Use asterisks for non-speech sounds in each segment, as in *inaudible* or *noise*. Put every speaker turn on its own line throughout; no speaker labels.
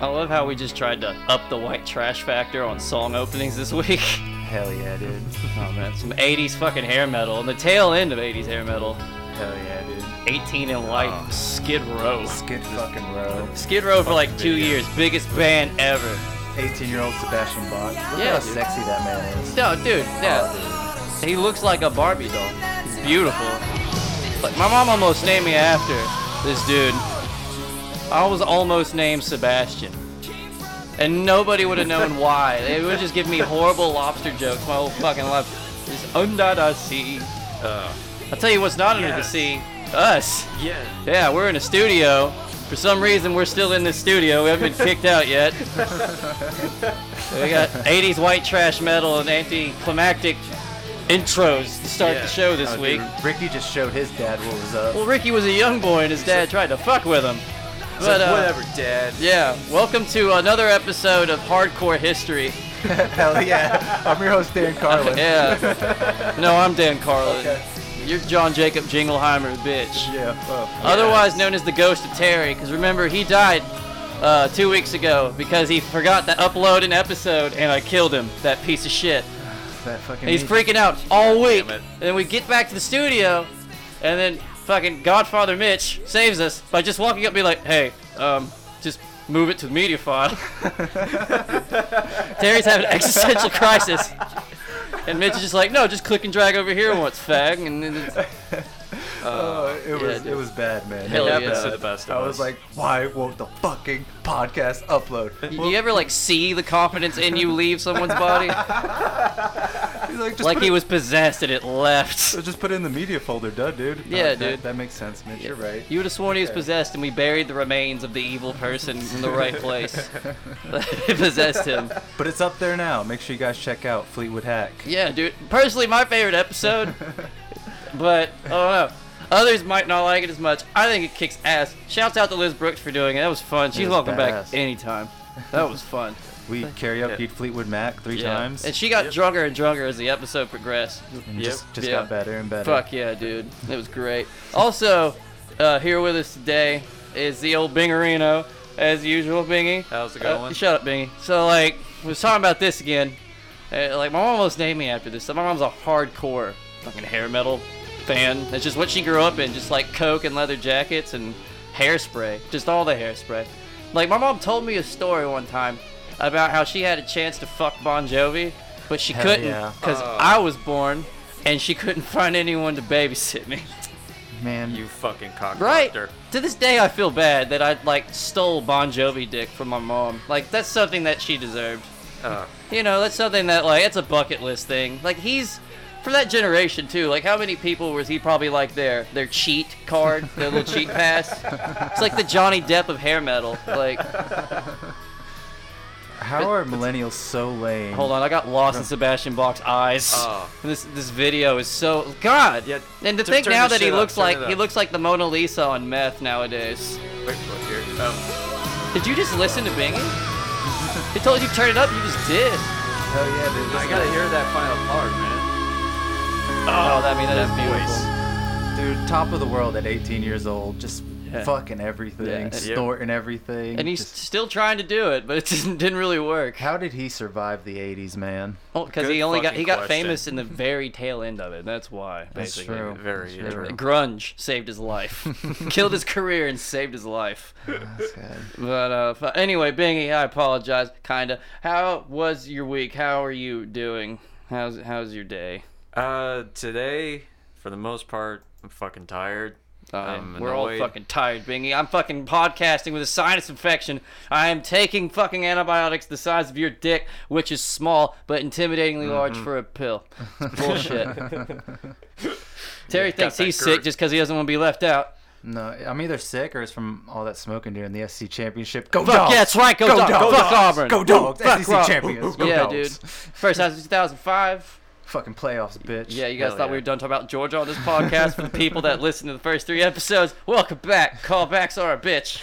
I love how we just tried to up the white trash factor on song openings this week.
Hell yeah, dude.
*laughs* Oh man, some 80s fucking hair metal and the tail end of 80s hair metal.
Hell yeah, dude.
18 and Life, Skid Row.
Skid fucking row.
Skid Row for like two years, biggest band ever.
18 year old Sebastian Bach. Look
Yeah,
how
dude.
sexy that man is.
No, dude, yeah. He looks like a Barbie doll. He's beautiful. Like my mom almost named me after this dude. I was almost named Sebastian. And nobody would have known why. They would just give me horrible lobster jokes my whole fucking life. Just under the sea. I'll tell you what's not under the
Yes.
sea. Us.
Oh,
Yeah.
Yeah, we're in a studio. For some reason, we're still in this studio. We haven't
*laughs*
been kicked out yet. we got 80s white trash metal and anticlimactic intros to start the
Yeah.
show this
Oh,
week.
dude, Ricky just showed his dad what was up.
Well, Ricky was a young boy and his dad tried to fuck with him. But, uh,
whatever, Dad.
Yeah, welcome to another episode of Hardcore History.
*laughs* Hell yeah. I'm your host,
*laughs*
Dan Carlin.
Yeah.
*laughs*
No, I'm Dan Carlin.
Okay.
You're John Jacob Jingleheimer, bitch.
Yeah, well,
otherwise known as the Ghost of Terry, because remember he died uh, two weeks ago because he forgot to upload an episode, and I killed him. That piece of shit.
that fucking
And he's
meat.
freaking out all week.
Mm-hmm. Damn it.
And then we get back to the studio, and then fucking Godfather Mitch saves us by just walking up and being like, "Hey, um, just move it to the media file."
*laughs*
Terry's having an existential crisis. And Mitch is just like, no, just click and drag over here once, fag. And then it's,
Oh, it
yeah,
was
dude.
it was bad, man.
Hell
It
yeah.
happened.
Happens to the best of
I was
us.
like, why won't the fucking podcast
*laughs*
upload?
you ever like see the confidence in you leave someone's body?
He's like, just
like
put
he
it,
was possessed and it left.
so just put it in the media folder, duh, dude.
Yeah,
that,
dude.
That, that makes sense, Mitch. *laughs* You're right.
You would have sworn he was
Okay.
possessed, and we buried the remains of the evil person in the right place.
*laughs*
*laughs* It possessed him.
But it's up there now. Make sure you guys check out Fleetwood Hack.
Yeah, dude. Personally, my favorite episode, but I don't know. Others might not like it as much. I think it kicks ass. Shouts out to Liz Brooks for doing it. That was fun. She's
was
welcome back
badass.
anytime. That was fun.
We karaoke
Yeah.
Fleetwood Mac three
Yeah.
times.
And she got
Yep.
drunker and drunker as the episode progressed.
and
Yep.
just, just
Yeah.
got better and better.
Fuck yeah, dude. It was great. Also, uh, here with us today is the old Bingerino, as usual, Bingy.
How's it
Uh,
going?
shut up, Bingy. So, like, we was talking about this again. Uh, like, my mom almost named me after this. So my mom's a hardcore fucking hair metal fan. That's just what she grew up in. Just like Coke and leather jackets and hairspray. Just all the hairspray. Like, my mom told me a story one time about how she had a chance to fuck Bon Jovi, but she
Hell
couldn't
yeah.
because
Oh.
I was born and she couldn't find anyone to babysit me.
man.
you fucking cock
Right.
doctor.
To this day, I feel bad that I like stole Bon Jovi dick from my mom. Like that's something that she deserved.
Uh,
You know, that's something that like it's a bucket list thing. Like he's from that generation too. Like how many people was he probably like their their cheat card, their little
*laughs*
cheat pass? It's like the Johnny Depp of hair metal. Like
How are millennials so lame?
hold on, I got lost in Sebastian Bach's eyes.
Oh.
And This this video is so God.
Yeah,
and to
t-
think
turn
now
this
that he
shit up,
looks
turn
like
it
he
up.
looks like the Mona Lisa on meth nowadays.
wait, look here. Um,
Did you just listen to Bingy? He told you to turn it up, you just did.
Hell yeah, dude.
I
Listen
gotta
to
hear that final part, man.
Oh, that, I mean, that is beautiful.
Voice.
that. Dude, top of the world at 18 years old. Just
Yeah.
fucking everything,
Yeah.
snorting everything.
And he's
just-
still trying to do it, but it *laughs* didn't, didn't really work.
How did he survive the 80s, man?
Because
Good
he only got he
fucking
got
question.
famous in the very tail end of it. That's why.
That's
Basically.
true.
very
That's
true.
Grunge saved his
*laughs*
life, killed his career, and saved his life.
That's good.
But uh, fu- anyway, Bingy, I apologize, kinda. How was your week? How are you doing? How's how's your day?
Uh, today, for the most part, I'm fucking tired.
Um,
I'm
we're all
annoyed.
fucking tired, Bingy. I'm fucking podcasting with a sinus infection. I am taking fucking antibiotics the size of your dick, which is small but intimidatingly large for a pill. It's bullshit. Terry thinks
that
he's sick
GERD.
just because he doesn't want to be left out.
No, I'm either sick or it's from all that smoking during the SC championship. Go
Fuck
dogs!
yeah, that's right. Go,
Oh. Go
Dog-
dogs!
Fuck Auburn.
Go dogs!
Fuck
SEC
Rob.
champions. Go
yeah,
dogs.
dude. First half of 2005.
Fucking playoffs, bitch.
Yeah, you guys
Hell
thought
yeah.
we were done talking about Georgia on this podcast. For the people that listened to the first three episodes, welcome back. Callbacks are a bitch.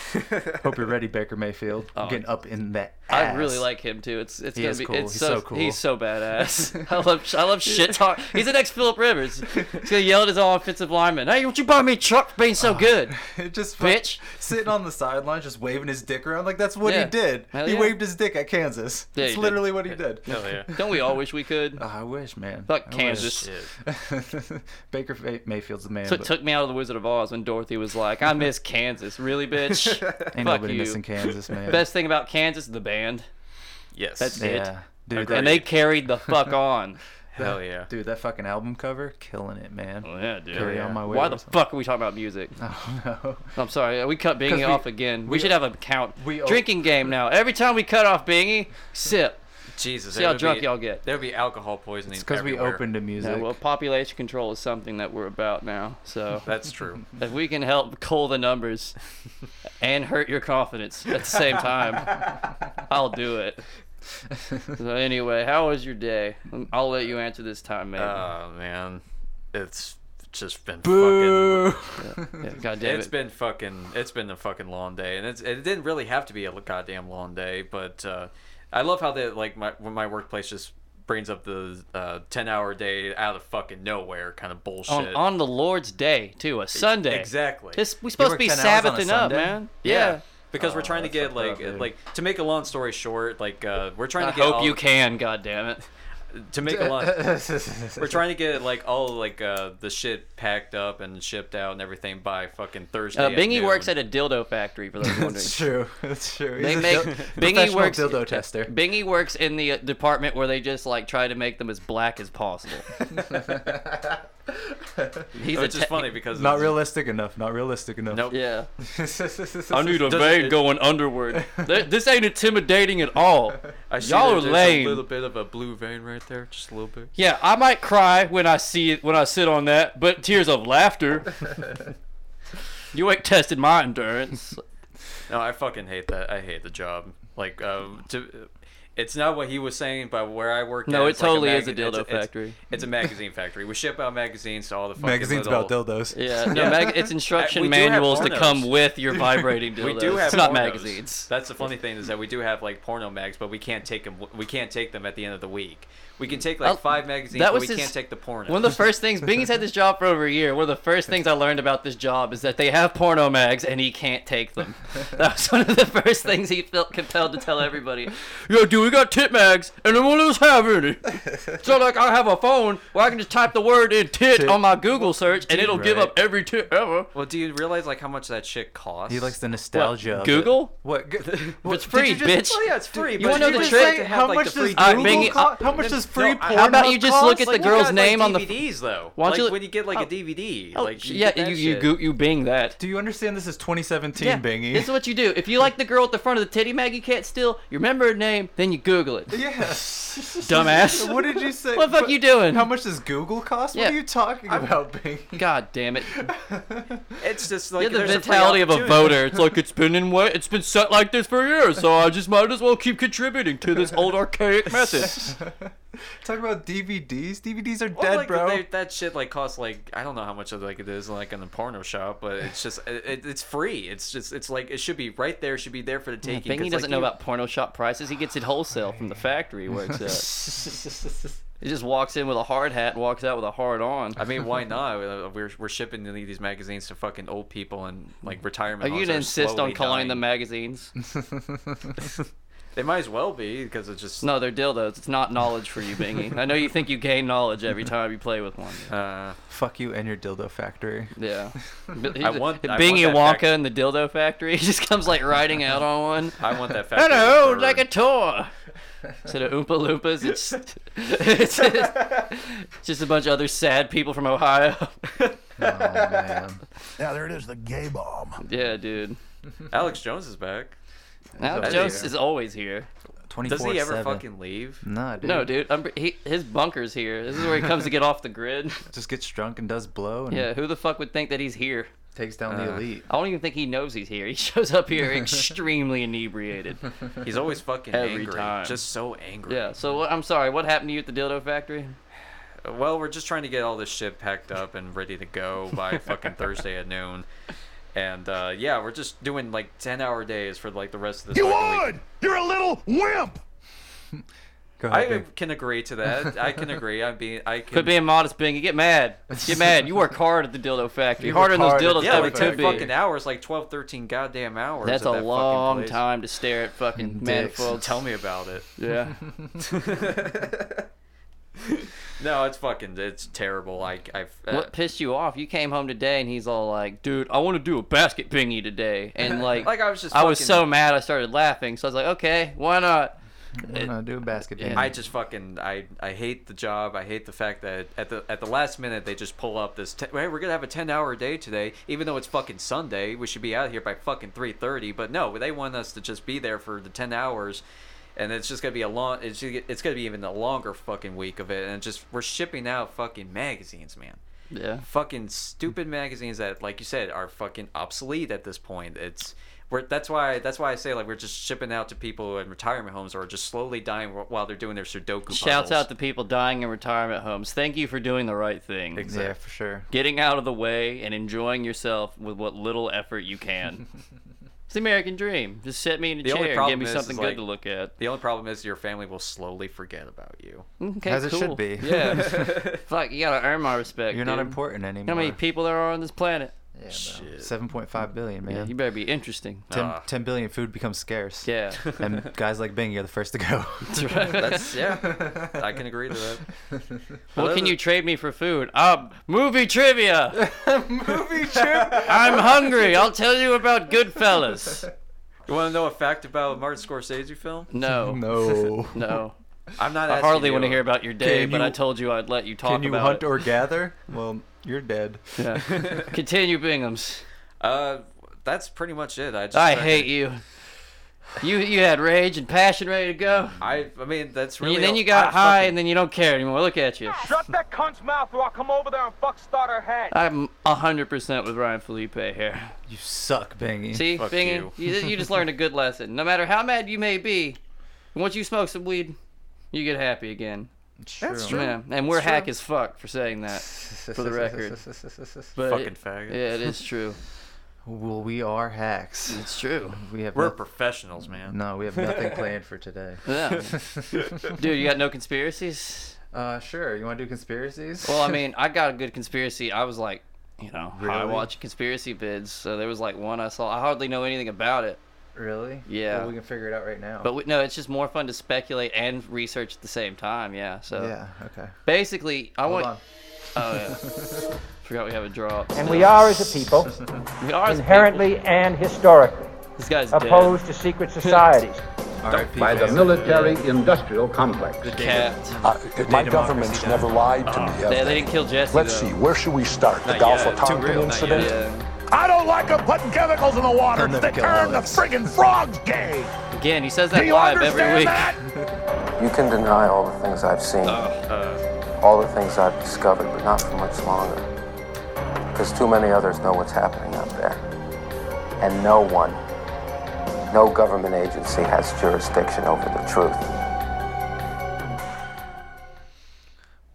Hope you're ready, Baker Mayfield. I'm
Oh.
getting up in that.
I really
ass.
like him too. It's it's
He
gonna
is
be
cool.
it's
He's
so,
so cool.
He's so
*laughs*
badass. I love I love shit talk. He's the next Philip Rivers. He's gonna yell at his offensive lineman. Hey, would you buy me a truck for being
Ah.
so
*laughs*
good?
just
Bitch.
fuck- sitting on the sidelines, just waving his dick around. Like that's what
Yeah.
he did.
Hell
he
yeah.
waved his dick at Kansas.
Yeah,
that's
he did.
literally what he did.
Hell
*laughs*
yeah.
Don't we all wish we could?
Oh, I wish, man.
Fuck
I
Kansas.
Shit.
wish. *laughs* Baker Fa- Mayfield's the man.
Took,
but
took me out of the Wizard of Oz when Dorothy was like, "I miss Kansas, really, bitch."
*laughs* *laughs* ain't
fuck
nobody
you.
missing Kansas, man.
Best thing about Kansas, the band,
Yes.
That's it.
yeah, dude.
Agreed.
and
That,
they carried the fuck
*laughs*
on.
Hell yeah.
dude, that fucking album cover, killing it, man.
Oh, yeah, dude.
Carry
yeah.
on my way.
Why
or
the
something.
fuck are we talking about music?
*laughs* I don't know.
I'm sorry, we cut
'Cause
Bingy
we-
off again. We,
we-
should have a count.
we-
Drinking game now. Every time we cut off Bingy, sip.
Jesus.
See
there
how
would
drunk
be-
y'all get.
There'd be alcohol poisoning.
It's because we
everywhere.
opened to music.
Yeah,
*laughs*
well, population control is something that we're about now. So
*laughs* That's true.
if we can help cull the numbers and hurt your confidence at the same
*laughs*
time, I'll do it.
uh,
So anyway, how was your day? I'll let you answer this time, man.
Oh man, it's just been fucking.
Boo!
Yeah, God damn
It's
it.
been fucking. It's been a fucking long day, and it's it didn't really have to be a goddamn long day, but uh, I love how that like my when my workplace just brings up the uh, ten hour day out of fucking nowhere kind of bullshit.
on, on the Lord's day too, a Sunday.
Exactly.
This, we're supposed to
work
be
10 hours on a
Sabbathing up,
Sunday?
man.
Yeah.
yeah.
Because
Oh,
we're trying to
that's
get
fucked
like
up, dude.
like to make a long story short, like uh, we're trying
I
to get
hope
all-
you can, God damn it.
to make a
*laughs*
long we're trying to get like all like uh, the shit packed up and shipped out and everything by fucking Thursday.
Uh,
at
Bingy
noon.
works at a dildo factory, for those
*laughs*
wondering.
That's true. *laughs* That's true. He's
They
a *laughs*
make-
dil-
Bingy
professional
works-
dildo tester.
Bingy works in the uh, department where they just like try to make them as black as
*laughs*
possible. He's
which
a
is
te-
funny because
Not
it's-
realistic enough. Not realistic enough. *laughs*
Nope. *laughs*
Yeah.
I *laughs*
Doesn't- vein it-
going *laughs* underward. this ain't intimidating at all.
I see
Y'all
that
are
there's
lame.
A little bit of a blue vein right there, just a little bit.
Yeah, I might cry when I see it when I sit on that, but tears of laughter. you ain't tested my endurance.
No, I fucking hate that. I hate the job. Like, um, to, it's not what he was saying, but where I work.
No,
at,
it
it's like
totally
a
is a dildo
it's it's-
factory.
It's, a magazine factory. We ship out magazines to all the fucking
Magazines
little,
about dildos. *laughs*
Yeah, no, mag- it's instruction
We do have
manuals to
pornos.
come with
*laughs*
your vibrating dildos.
We do have
it's not
pornos.
magazines.
That's the funny thing is that we do have like porno mags, but we can't take them. We can't take them at the end of the week. We can take like
Oh,
five magazines,
that
but we
was his-
can't take the porno.
One of the first things Bingy's had this job for over a year. One of the first things I learned about this job is that they have porno mags and he can't take
*laughs*
them. That was one of the first things he felt compelled to tell everybody. Yo, dude, we got tit mags and no one else have any. So like, I have a phone where I can just type the word in tit,
Tit.
on my Google search and it'll give
right.
up every tit ever.
well, do you realize like how much that shit costs?
He likes the nostalgia. of it.
Google?
What? Go- *laughs*
*laughs*
what-
it's free,
did you
bitch.
just- Oh,
Well, Oh, yeah, it's free.
You
but
wanna know
did
the
just
trick?
say to have,
How
like,
much
the
does
free
Alright,
Google
Bingy,
Google
I-
cost? How much does free
No, I-
porn?
How about you just
cost?
look at the
Like,
Well,
girl's
guys,
name
like
on the-
DVDs though.
Why don't
like
you- oh.
when you get like a DVD, like you get
yeah,
that
you, you
shit.
go, you Bing that.
Do you understand this is 2017,
Yeah,
Bingy? *laughs*
This is what you do. If you like the girl at the front of the titty mag you can't steal, you remember her name, then you Google
*laughs*
it.
Yes.
*laughs* Dumbass.
what did you say?
What the fuck
But
you doing?
How much does Google cost?
Yeah.
What are you talking about, Bingy? *laughs*
God damn it.
It's just like
yeah, the
there's free
mentality of a
opportunity.
voter. It's
*laughs*
like it's been in way, it's been set like this for years, so I just might as well keep contributing to this old archaic
*laughs*
method.
Talk about DVDs. DVDs are
Well,
dead,
like,
bro.
they- that shit like costs like I don't know how much of like it is like in the porno shop, but it's just it, it- it's free. It's just it's like it should be right there. it Should be there for the taking.
Bingy
'cause,
doesn't
like,
know
you-
about porno shop prices. He gets it wholesale from the factory where it's
*laughs*
at. he just walks in with a hard hat and walks out with a hard on.
I
*laughs*
mean, why not? Uh, We're we're shipping these magazines to fucking old people and like retirement.
Are Oh, you
homes
gonna
that
insist on
slowly
calling
dying.
them magazines?
*laughs* They might as well be because it's just.
No, they're dildos. It's not knowledge for you, Bingy. I know you think you gain knowledge
*laughs*
every time you play with one.
Uh,
*laughs* Fuck you and your dildo factory.
*laughs*
Yeah. B-
I want- I
Bingy
want that
Wonka
fact-
in the dildo factory. *laughs* He just comes like riding out on one.
I
*laughs*
want that. factory
Hello,
referred.
like a tour. Instead of Oompa Loompas, it's, *laughs* it's just, just a bunch of other sad people from Ohio. *laughs*
Oh man.
Now there it is, the gay bomb.
yeah, dude.
Alex Jones is back.
Alex
over
Jones
here.
is always here.
24
Does he ever fucking leave?
Nah, dude.
No, dude. I'm, he, his bunker's here. This is where he comes to get off the
*laughs*
grid.
Just gets drunk and does blow and
Yeah, who the fuck would think that he's here?
takes down
Uh,
the elite.
I don't even think he knows he's here. He shows up
*laughs*
here extremely inebriated.
He's always
*laughs*
fucking
Every
angry.
time.
Just so angry.
Yeah, so what, I'm sorry. What happened to you at the dildo factory?
Uh, well, we're just trying to get all this shit packed up and ready to go
*laughs*
by fucking Thursday at noon. And uh, yeah, we're just doing like ten hour days for like the rest of the
You
fucking week.
would! You're a little wimp!
Go ahead.
I
babe.
can agree to that. I can agree. I'm being. I can.
Quit being modest, Bing. You get mad. Get mad. You work hard at the dildo factory.
You work
Harder than those
hard at
dildos
the
yeah,
ever
like
dildo
could
ten
be.
fucking hours, like 12, 13 goddamn hours.
That's
at
a
that fucking
long
place.
time to stare at
*laughs*
fucking
Dicks.
manifolds.
Tell me about it. *laughs*
Yeah.
No, it's fucking. It's terrible. Like I've. uh,
What pissed you off? You came home today and he's all like, "Dude, I want to do a basket bingy today,"
*laughs*
and *laughs* like,
uh, Like, I was just
I was
fucking-
so mad I started laughing. So I was like, "Okay, why not?"
I'm gonna do a basket.
yeah.
band.
I just fucking I, I hate the job. I hate the fact that at the at the last minute they just pull up this. Ten, hey, we're gonna have a ten hour day today, even though it's fucking Sunday. We should be out here by fucking three thirty. But no, they want us to just be there for the ten hours, and it's just gonna be a long. It's it's gonna be even a longer fucking week of it, and just we're shipping out fucking magazines, man.
Yeah.
fucking stupid magazines that, like you said, are fucking obsolete at this point. It's we're, that's why that's why I say like we're just shipping out to people in retirement homes or just slowly dying wh- while they're doing their Sudoku.
Shouts
puzzles.
out to people dying in retirement homes. Thank you for doing the right thing.
Ex-
yeah, for sure.
Getting out of the way and enjoying yourself with what little effort you
*laughs*
can. it's the American dream. Just sit me in a
The only
chair and give
problem
me
is-
something
is,
good
like-
to look at.
The only problem is your family will slowly forget about
*laughs*
you.
Okay,
As it should
cool.
be.
Yeah.
*laughs*
Fuck, you gotta earn my respect.
You're not
dude.
important anymore.
You know how many people there are on this planet?
Yeah,
Shit.
Seven point five billion, man.
Yeah, you better be interesting.
10,
Ah.
10 billion food becomes scarce.
Yeah.
And guys like Bing, you're the first to go.
That's yeah, I can agree to that.
*laughs*
What
those
can
are-
you trade me for food? Um, movie trivia. movie trivia. I'm *laughs* hungry. I'll tell you about Goodfellas.
You want to know a fact about a Martin Scorsese film?
No, no,
no.
I'm not.
I
asking
hardly
you.
want to hear about your day,
Can
but I
you-
told you I'd let you talk
Can you
about
hunt
it. *laughs*
or gather? Well, you're dead.
Yeah. Continue, Bingham's.
Uh, that's pretty much it. I just
I
fucking-
hate you. You you had rage and passion ready to go,
I I mean that's
and
really.
then
all-
you got
I
high,
fucking-
and then you don't care anymore. Look at you.
Shut that cunt's mouth or I'll come over there and fuck start her head.
I'm hundred percent with Ryan Felipe here.
*laughs* You suck, Bingy.
See,
Fuck
Bingy, you. you just learned a good *laughs* lesson. No matter how mad you may be, once you smoke some weed, you get happy again.
That's
Yeah, and we're hack as fuck for saying that, for the *laughs* record. But
Fucking
it-
faggot.
Yeah, it is true.
Well, we are hacks.
It's true.
We have
We're
no-
professionals, man.
no, we have nothing planned for today.
*laughs* Yeah. Dude, you got no conspiracies?
*laughs* Uh, sure. You want to do conspiracies?
Well, I mean, I got a good conspiracy. I was like, you know, I
Really?
watch conspiracy vids, so there was like one I saw. I hardly know anything about it,
really?
Yeah.
Well, we can figure it out right now.
but we, no, it's just more fun to speculate and research at the same time. Yeah. So
yeah. Uh, Okay.
basically, I
Hold
want.
on.
Oh yeah. Forgot we have a drop.
And we are as a people,
We are as
inherently and historically,
people- This guy's dead.
opposed to secret societies.
RIP,
by the
fam.
military industrial complex.
Capped.
Uh,
My
Day
government's
democracy
never lied to me. have
Yeah, they
they?
didn't kill Jesse.
Let's
though.
see, where should we start? The
Not
Gulf
yet.
of
Too real,
Tonkin
not
incident?
Yeah.
I don't like them putting chemicals in the water.
They'll never
They
kill
turn the
Alex.
friggin' frogs gay.
Again, he says
Do
that
you
live every
understand
week.
that?
You can deny all the things I've seen, all the things I've discovered, but not for much longer. Because too many others know what's happening up there. And no one, no government agency has jurisdiction over the truth.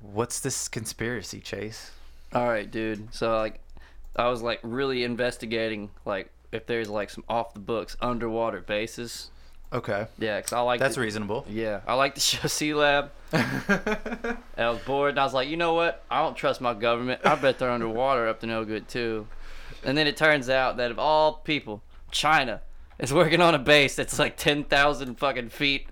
What's this conspiracy, Chase?
All right, dude. So like, I was like really investigating like if there's like some off the books underwater bases.
Okay.
Yeah, 'cause I like
That's
the,
reasonable.
Yeah, I like the *laughs* show Sea Lab. and I was bored, and I was like, you know what? I don't trust my government. I bet they're underwater up to no good too. And then it turns out that of all people, China is working on a base that's like ten thousand fucking feet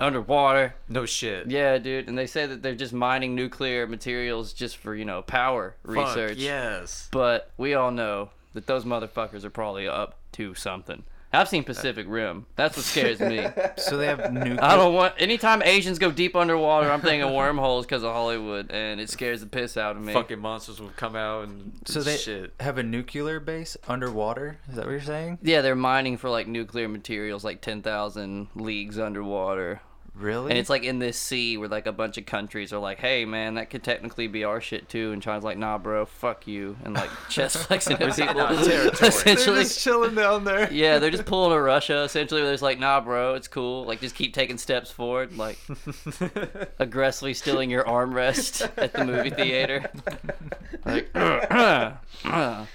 underwater.
No shit.
Yeah, dude. And they say that they're just mining nuclear materials just for you know power
Fuck,
research.
Yes.
But we all know that those motherfuckers are probably up to something. I've seen Pacific Rim. That's what scares me. *laughs*
So they have nuclear.
I don't want. Anytime Asians go deep underwater, I'm thinking wormholes because of Hollywood, and it scares the piss out of me.
fucking monsters would come out and
So they
shit.
have a nuclear base underwater. Is that what you're saying?
Yeah, they're mining for like nuclear materials, like ten thousand leagues underwater.
Really?
And it's like in this sea where like a bunch of countries are like, "Hey, man, that could technically be our shit too." And China's like, "Nah, bro, fuck you," and like chest flexing at people.
They're
*laughs* essentially,
just
*laughs*
chilling down there.
yeah, they're just pulling a Russia. Essentially, where there's like, "Nah, bro, it's cool." Like, just keep taking steps forward, like aggressively stealing your armrest at the movie theater, like *clears throat*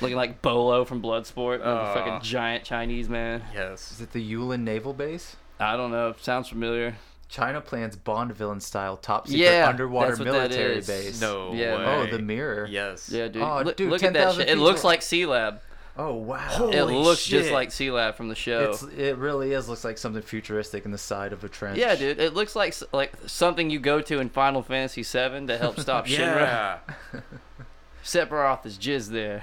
looking like Bolo from Bloodsport,
Aw.
fucking giant Chinese man.
Yes.
Is it the Yulin Naval Base?
I don't know. Sounds familiar.
China plans Bond villain style top secret
Yeah,
underwater
that's what that
military
is.
base.
No
Yeah,
way.
no.
Oh, the mirror.
Yes.
Yeah, dude.
Oh,
Look-
dude,
look at that
10,000
shit. It
feet
looks
tall.
like Sea Lab.
Oh wow.
It
Holy
looks just
shit.
like Sea Lab from the show.
It's it really is looks like something futuristic in the side of a trench.
yeah, dude. It looks like s- like something you go to in Final Fantasy VII to help
*laughs*
stop Shinra.
Yeah.
Sephiroth is jizz there.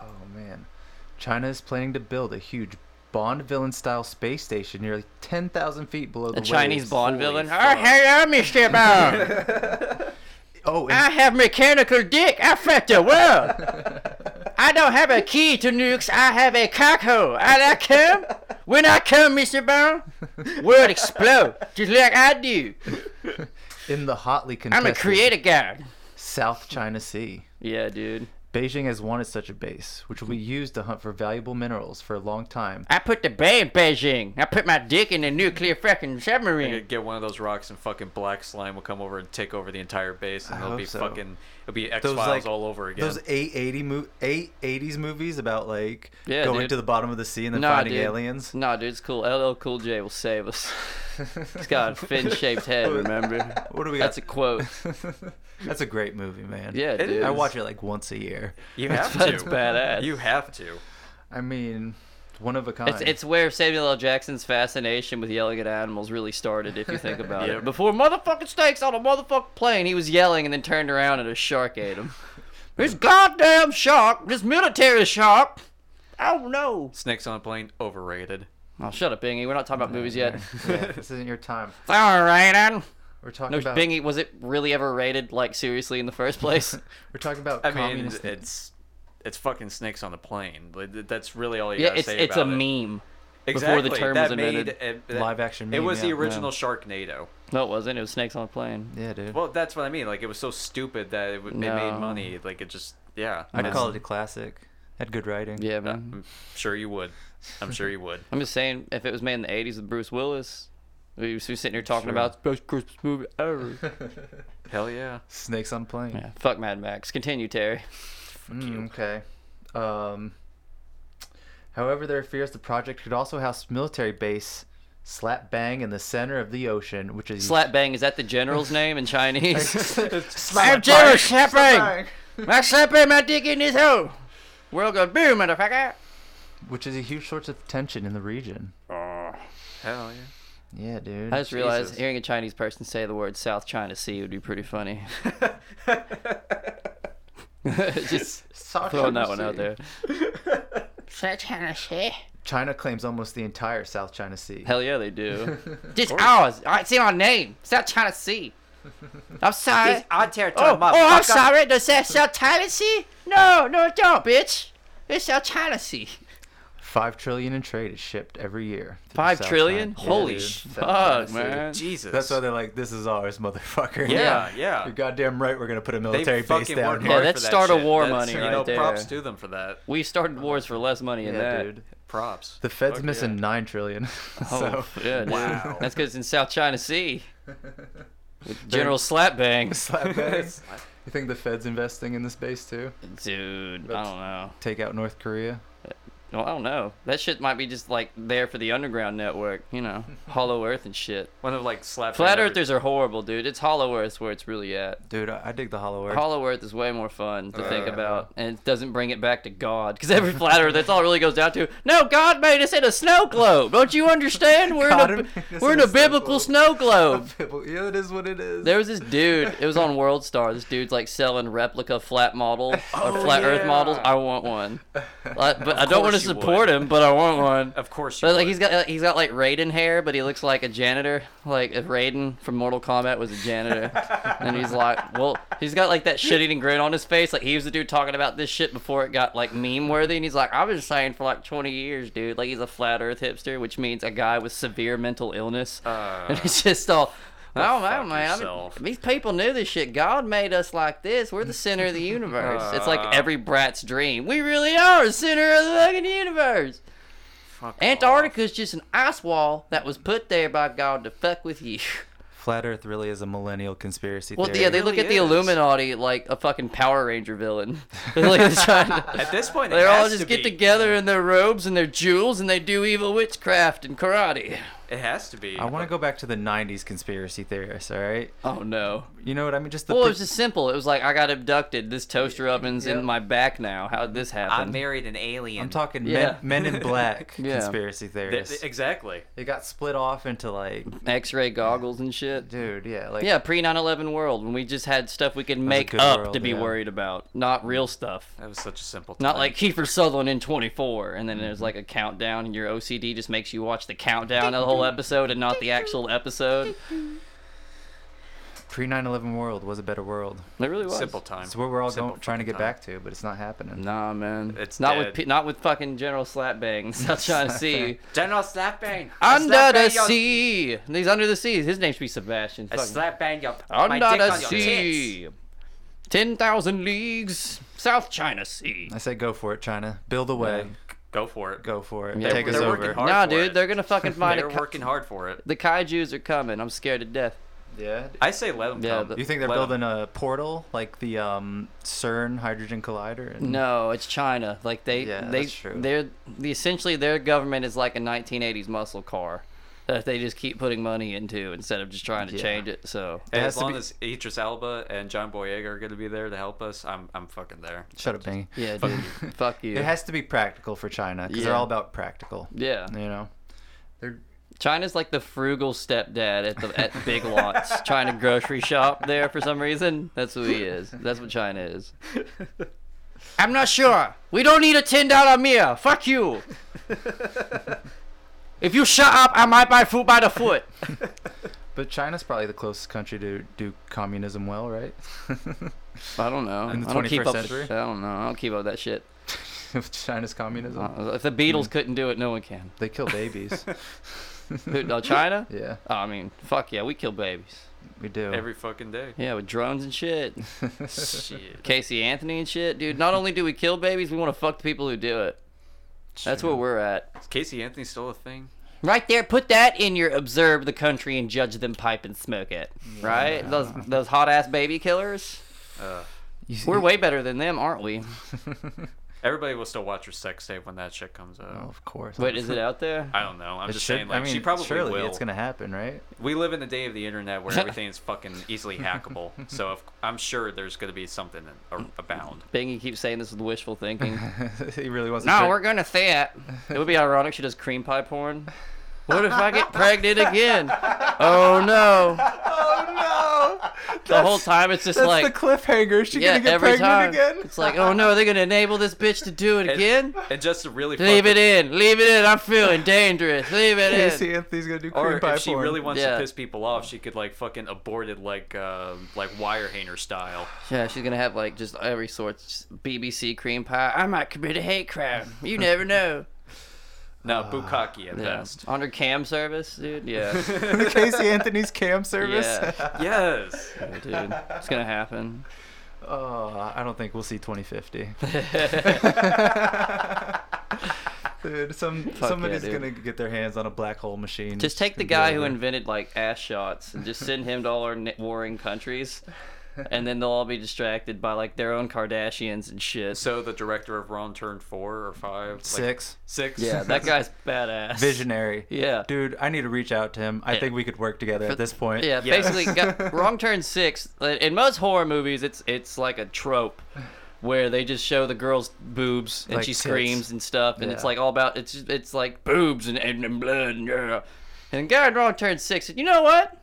Oh man. China is planning to build a huge Bond villain style space station nearly 10,000 feet below the
A Chinese
waves.
Bond villain.
fuck.
Oh, hey, I'm Mr. Bond.
Oh,
I
and
have mechanical dick. I fuck the world.
*laughs*
I don't have a key to nukes. I have a cockhole. And I come. When I come, Mr. Bond, world explode. Just like I do.
in the hotly
I'm
contested
a creative guy.
South China Sea.
Yeah, dude.
Beijing has wanted such a base, which will be used to hunt for valuable minerals for a long time.
I put the bay in Beijing. I put my dick in a nuclear fucking
You
submarine.
Get one of those rocks and fucking black slime will come over and take over the entire base, and
I
it'll
hope
be
so.
fucking it'll be X
Those,
Files
like-
all over again.
Those 880 mo- 880s movies about like
Yeah,
going
dude.
to the bottom of the sea and then finding aliens.
Nah, dude, it's cool. LL Cool J will save
*laughs*
us. He's got a fin shaped head, remember?
What do we got?
That's a quote.
*laughs* That's a great movie, man.
Yeah,
It
dude.
*laughs* I
is.
watch it like once a year.
you have to.
That's badass.
You have to.
I mean, it's one of a kind.
It's,
*laughs*
it's where Samuel L. Jackson's fascination with yelling at animals really started, if you
*laughs*
think about
Yep.
it. Before motherfucking snakes on a motherfucking plane, he was yelling and then turned around and a shark ate him. *laughs* this goddamn shark, this military shark. Oh no!
Snakes on a plane overrated.
Oh, shut up, Bingy. We're not talking about movies
*laughs*
yet.
Yeah, this isn't your time.
All right, then.
We're talking
No,
about
Bingy, was it really ever rated like seriously in the first place?
we're talking about
I mean,
communist.
it's it's fucking snakes on a plane. Like, th- That's really all you
yeah,
gotta
it's
say
it's a
about it.
meme.
Exactly.
the term
that
was invented.
Made, it, that-
Live action
It
meme,
was the
yeah.
original Sharknado.
No, it wasn't. It was snakes on a plane.
yeah, dude.
Well, that's what I mean. Like it was so stupid that it, would, it
No.
made money. Like it just yeah.
I'd
It's-
call it a classic. Had good writing.
Yeah, man.
I'm sure you would. I'm sure
*laughs*
you would.
Uh, I'm just saying, if it was made in the '80s with Bruce Willis, we was we sitting here talking about it's the best Christmas movie ever.
Hell yeah.
Snakes on plane.
yeah, fuck Mad Max. Continue, Terry.
Mm, okay. Um, however, there are fears the project could also house military base slap bang in the center of the ocean, which is
Slap Bang is that the general's name in
*laughs*
Chinese?
slap
General Slap Bang. I slap bang my dick in this hole. World go boom, motherfucker.
which is a huge source of tension in the region.
Hell yeah.
Yeah, dude.
I just realized
Jesus.
hearing a Chinese person say the word South China Sea would be pretty
*laughs*
funny. just throwing that one out there.
China claims almost the entire South China Sea.
Hell yeah, they do.
*laughs*
Just ours. I see my name. South China Sea.
*laughs*
I'm sorry. Oh, oh, I'm sorry. Does that South China Sea? No, no, don't, bitch. It's South China Sea.
Five trillion in trade is shipped every year. to the
Five
South
trillion?
China- Yeah,
Holy
dude.
sh-
South China
fuck,
Sea.
man.
Jesus.
That's why they're like, "This is ours, motherfucker."
Yeah,
*laughs*
yeah.
You're goddamn right. We're gonna put a
They
military base
fucking
down
worked
here.
Yeah,
hard
that's
for that
start of
shit.
war
That's-
money
you
right
know, Props
there.
to them for that.
We started wars for less money than
Yeah,
that.
dude.
Props.
The Fed's
Fuck
missing
yeah.
nine trillion. *laughs*
Oh,
so
yeah, dude.
Wow.
That's because in South China Sea. With General Slapbang.
*laughs*
*laughs*
slap bags. You think the Fed's investing in this base too?
Dude, I don't know.
Take out North Korea.
Well, I don't know. That shit might be just like there for the underground network, you
*laughs*
know, Hollow Earth and shit.
One of like slap.
Flat Earthers are horrible, dude. It's Hollow Earth where it's really at.
Dude, I, I dig the Hollow Earth.
Hollow Earth is way more fun to
Uh-huh.
think about, and it doesn't bring it back to God. Because every flat Earth, that's all it really goes down to. No, God made us in a snow globe. Don't you understand? We're
God
in
made
a
us
we're in
in
a
a snow
biblical
globe."
snow globe.
*laughs* yeah, it is what it is.
There was this dude. It was on World Star. This dude's
Oh,
like selling replica flat models or flat Earth models. I want one, Like, but I don't want to to
you would.
support him, but I want one.
Of course, you
But like
would.
he's got he's got like Raiden hair, but he looks like a janitor. Like if Raiden from Mortal Kombat was a janitor, and he's like, well, he's got like that shit-eating grin on his face. Like he was the dude talking about this shit before it got like meme-worthy, and he's like, I've been saying for like 20 years, dude. Like he's a flat Earth hipster, which means a guy with severe mental illness,
Uh,
and he's just all. I don't
fuck
know, man. I mean,
yourself.
these people knew this shit. God made us like this. We're the center of the universe. it's
Uh.
like every brat's dream. We really are the center of the fucking universe.
Fuck
Antarctica is just an ice wall that was put there by God to fuck with you. *laughs*
Flat Earth really is a millennial conspiracy
Well,
theory.
yeah, they look
really
at the
is.
Illuminati like a fucking Power Ranger villain. *laughs* They're like, they're trying
*laughs*
to-
At this point, it
they all
has
just
to
get
be.
together in their robes and their jewels, and they do evil witchcraft and karate.
It has to be.
I want to go back to the '90s conspiracy theorists. All right,
Oh no!
you know what I mean? Just the
Well, it
pre-
was just simple. It was like I got abducted. This toaster oven's in my back now. How would this
I
happen?
married an alien.
I'm talking
Yeah.
men, men in black
*laughs* Yeah.
conspiracy
Th-
theorists.
th- exactly.
They got split off into like,
X-ray goggles and shit.
dude, yeah, like
Yeah, pre 9/11 world when we just had stuff we could make
good
up
world,
to be
yeah.
worried about, not real stuff.
That was such a simple.
Not
time.
like Kiefer Sutherland in 24, and then
Mm-hmm.
there's like a countdown, and your OCD just makes you watch the countdown of the whole episode and not the actual episode.
pre 9/11 world was a better world.
It really was.
simple time.
It's where we're all
Simple
going, trying to
fucking
get
time.
back to, but it's not happening.
Nah, man.
It's
not
dead.
with with not with fucking General Slapbang. *laughs* Stop trying to
*laughs*
see.
General Slapbang. I
under the
slapbang your-
sea. These under the sea. His name should be Sebastian.
I
Fuck.
slapbang your. my
Under
dick
the
on your tits.
sea. Ten thousand leagues. South China Sea.
I say go for it, China. Build a way.
Go for it.
Go for it.
Yeah.
Take
They're
us
working
over.
hard.
Nah,
for
dude,
it.
they're gonna fucking find
They're
a. Ki-
working hard for it.
the kaiju's are coming. I'm scared to death.
Yeah.
I say let them
Yeah,
come.
the-
You think they're
Let 'em-
building a portal like the um, CERN Hydrogen Collider? And
No, it's China. Like they,
Yeah,
they,
that's true.
they're the essentially their government is like a 1980s muscle car that they just keep putting money into instead of just trying to
Yeah.
change it. So
And
has
as
to
long
be-
as Idris Alba and John Boyega are going to be there to help us, I'm I'm fucking there.
Shut up, Bingy.
yeah, dude, fuck you.
It has to be practical for China because they're
Yeah.
all about practical.
yeah,
You know.
China's like the frugal stepdad at the at Big
*laughs*
Lots trying to grocery shop there for some reason. That's who he is. That's what China
*laughs*
is. I'm not sure. We don't need a ten dollar meal. Fuck
*laughs*
you. if you shut up, I might buy food by the
*laughs*
foot.
But China's probably the closest country to do communism well, right? *laughs*
I don't know.
In the
I don't keep
21st
up
century?
With, I don't know. I don't keep up with that shit.
If China's communism.
Uh, If the Beatles couldn't do it, no one can.
They
*laughs*
kill babies.
Who, uh, China?
*laughs* yeah,
Oh, I mean, fuck yeah, we kill babies.
we do.
Every fucking day.
Yeah, with drones and shit.
Shit.
Casey Anthony and shit, dude. Not only do we kill babies, we want to fuck the people who do it. That's where we're at.
Is Casey Anthony still a thing?
Right there, put that in your observe the country and judge them pipe and smoke it. Right? Those those hot ass baby killers.
You-
We're way better than them, aren't we?
Everybody will still watch her sex tape when that shit comes out.
of course.
Wait, is it out there?
I don't know. I'm
Oh. It
just
should-
saying, like,
I mean,
she probably
surely
will.
it's gonna happen, right? *laughs*
We live in the day of the internet where everything is fucking easily hackable. So if, I'm sure there's going to be something in, a- abound.
Bingy keeps saying this with wishful thinking.
he really wants. to
No,
turn-
we're gonna see it. It would be ironic she does cream pie porn. What if I
*laughs*
get pregnant again? Oh no!
Oh no!
The whole time it's just
That's
like
the cliffhanger. Is she
yeah,
gonna get
every
pregnant
time
again?
it's like oh no, they're gonna enable this bitch to do it
*laughs*
again.
And just to really
Leave
fucking-
it in, leave it in. I'm feeling dangerous. Leave
*laughs*
it in.
Casey Anthony's gonna do cream
Or
pie
if she
porn.
really wants
Yeah.
to piss people off, she could like fucking abort it like uh, like Wirehanger style.
Yeah, she's gonna have like just every sort just BBC cream pie. I might commit a hate crime. You
*laughs*
never know.
No,
Ah,
bukkake at
Yeah.
best.
On her cam service, dude. Yeah, *laughs*
Casey Anthony's cam *laughs* service.
yeah,
Yes.
dude. It's gonna happen.
Oh, I don't think we'll
*laughs*
see 2050. *laughs* dude, some somebody's
dude.
gonna get their hands on a black hole machine.
Just take the
It's gonna
guy
be
who
over.
invented like ass shots and just send him to all our n- warring countries, and then they'll all be distracted by like their own Kardashians and shit.
So the director of Ron turned four or five, like,
six
six.
*laughs* Yeah, that guy's badass.
visionary.
Yeah.
Dude, I need to reach out to him. I
Yeah.
think we could work together at this point.
Yeah, basically, got, Wrong Turn Six. like, In most horror movies, it's it's like a trope where they just show the girl's boobs and
Like
she
tits.
screams and stuff, and it's
Yeah.
like all about it's just- it's like boobs and and, and blood and yeah. And the guy in Wrong Turn Six said, "You know what?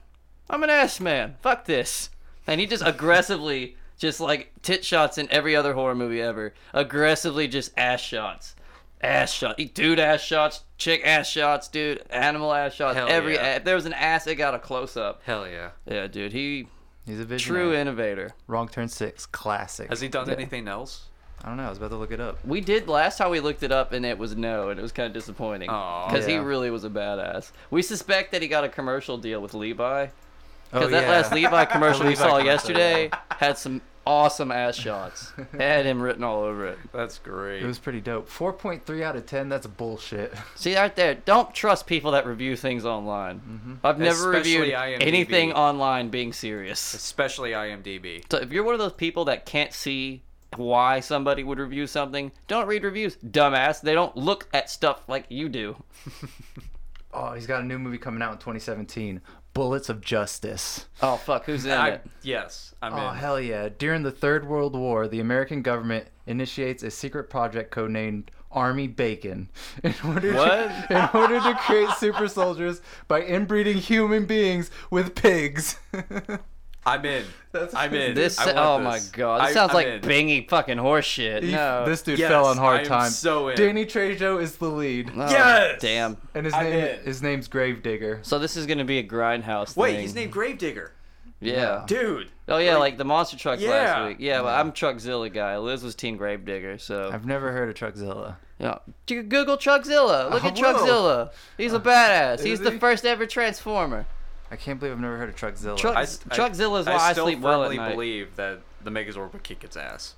I'm an ass man. Fuck this." And he just aggressively, just like tit shots in every other horror movie ever, aggressively just ass shots. ass shot, dude ass shots, chick ass shots, dude, animal ass shots.
Hell
every
yeah.
a- if there was an ass, it got a close up.
Hell yeah.
Yeah, dude, he
He's a visionary.
true innovator.
Wrong Turn Six, classic.
Has he done anything else?
I don't know. I was about to look it up.
We did last time we looked it up, and it was no, and it was kind of disappointing
Aw.
because he
Yeah.
really was a badass. We suspect that he got a commercial deal with Levi
Oh
because that last
*laughs*
Levi commercial we
Levi
saw
commercial,
yesterday had some awesome ass
*laughs*
shots. It had him written all over it.
That's great.
It was pretty dope. 4.3 out of 10. That's bullshit. *laughs*
See right there, don't trust people that review things online.
Mm-hmm.
I've never
Especially
reviewed
IMDb.
anything online being serious.
Especially IMDb.
So if you're one of those people that can't see why somebody would review something, don't read reviews, dumbass. They don't look at stuff like you do.
Oh, he's got a new movie coming out in 2017. Bullets of Justice.
Oh fuck, who's in
I,
it?
yes, I'm
Oh,
in.
hell yeah. During the Third World War, the American government initiates a secret project codenamed Army Bacon *laughs* in order,
What?
To, *laughs* in order to create super soldiers by inbreeding human beings with pigs. *laughs*
I'm in. I'm in.
This
I want
oh
this.
my god, this
I-
sounds
I'm
like
in.
bingy fucking horseshit.
He-
No,
this dude
Yes,
fell on
I
hard
am
times.
so in.
Danny Trejo is the lead.
Oh,
Yes!
damn.
And his
I'm
name
in.
his name's Gravedigger.
So this is gonna be a grindhouse.
Wait,
thing.
he's named Gravedigger.
Yeah.
Dude.
Oh yeah, like the monster truck last
Yeah.
week. Yeah, well, I'm Truckzilla guy. Liz was Team Gravedigger, so
I've never heard of Truckzilla.
Yeah. You can Google Truckzilla.
Oh,
Look
I
at
will.
Truckzilla. He's a badass. He's
is
the
he?
first ever Transformer.
I can't believe I've never heard of Truckzilla.
Truck,
I, I-
Truckzilla is why I,
still
sleep well at
firmly
night.
believe that the Megazord would kick its ass.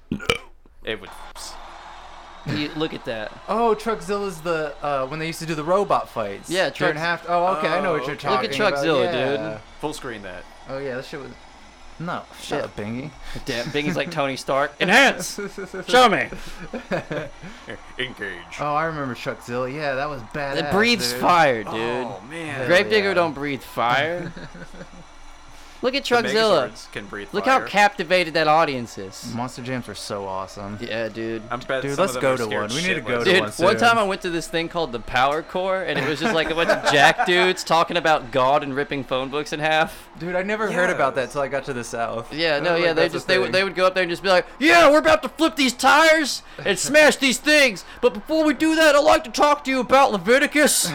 it would.
You- look at that.
oh, Truckzilla's the uh, when they used to do the robot fights.
Yeah,
during
Trucks-
half. Oh, okay, I know what you're
Look
talking
at
about.
Truckzilla,
yeah.
dude.
Full screen that.
Oh yeah, that shit was. No, shut up, Bingy.
Damn, Bingy's like Tony Stark. Enhance! Show
*laughs*
me!
Engage.
Oh, I remember Truckzilla. Yeah, that was badass.
It breathes
dude.
fire, dude.
Oh man.
Gravedigger
yeah.
don't breathe
*laughs*
fire. Look at
The
Truckzilla.
Megazords Can breathe
Look how
fire.
captivated that audience is.
Monster Jams were so awesome.
Yeah, dude.
I'm bet
Dude,
some
let's
of them
go
are
to
scared
one. We need to go
shitless.
to
Dude,
one
one
soon.
time I went to this thing called the Power Core, and it was just like a bunch of
*laughs*
jack dudes talking about God and ripping phone books in half.
Dude, I never heard about that
Yes.
till I got to the south.
Yeah, no,
Like,
yeah, they
that's a
just they, would-
thing.
they would go up there and just be like, "Yeah, we're about to flip these tires and smash these things, but before we do that, I'd like to talk to you about Leviticus."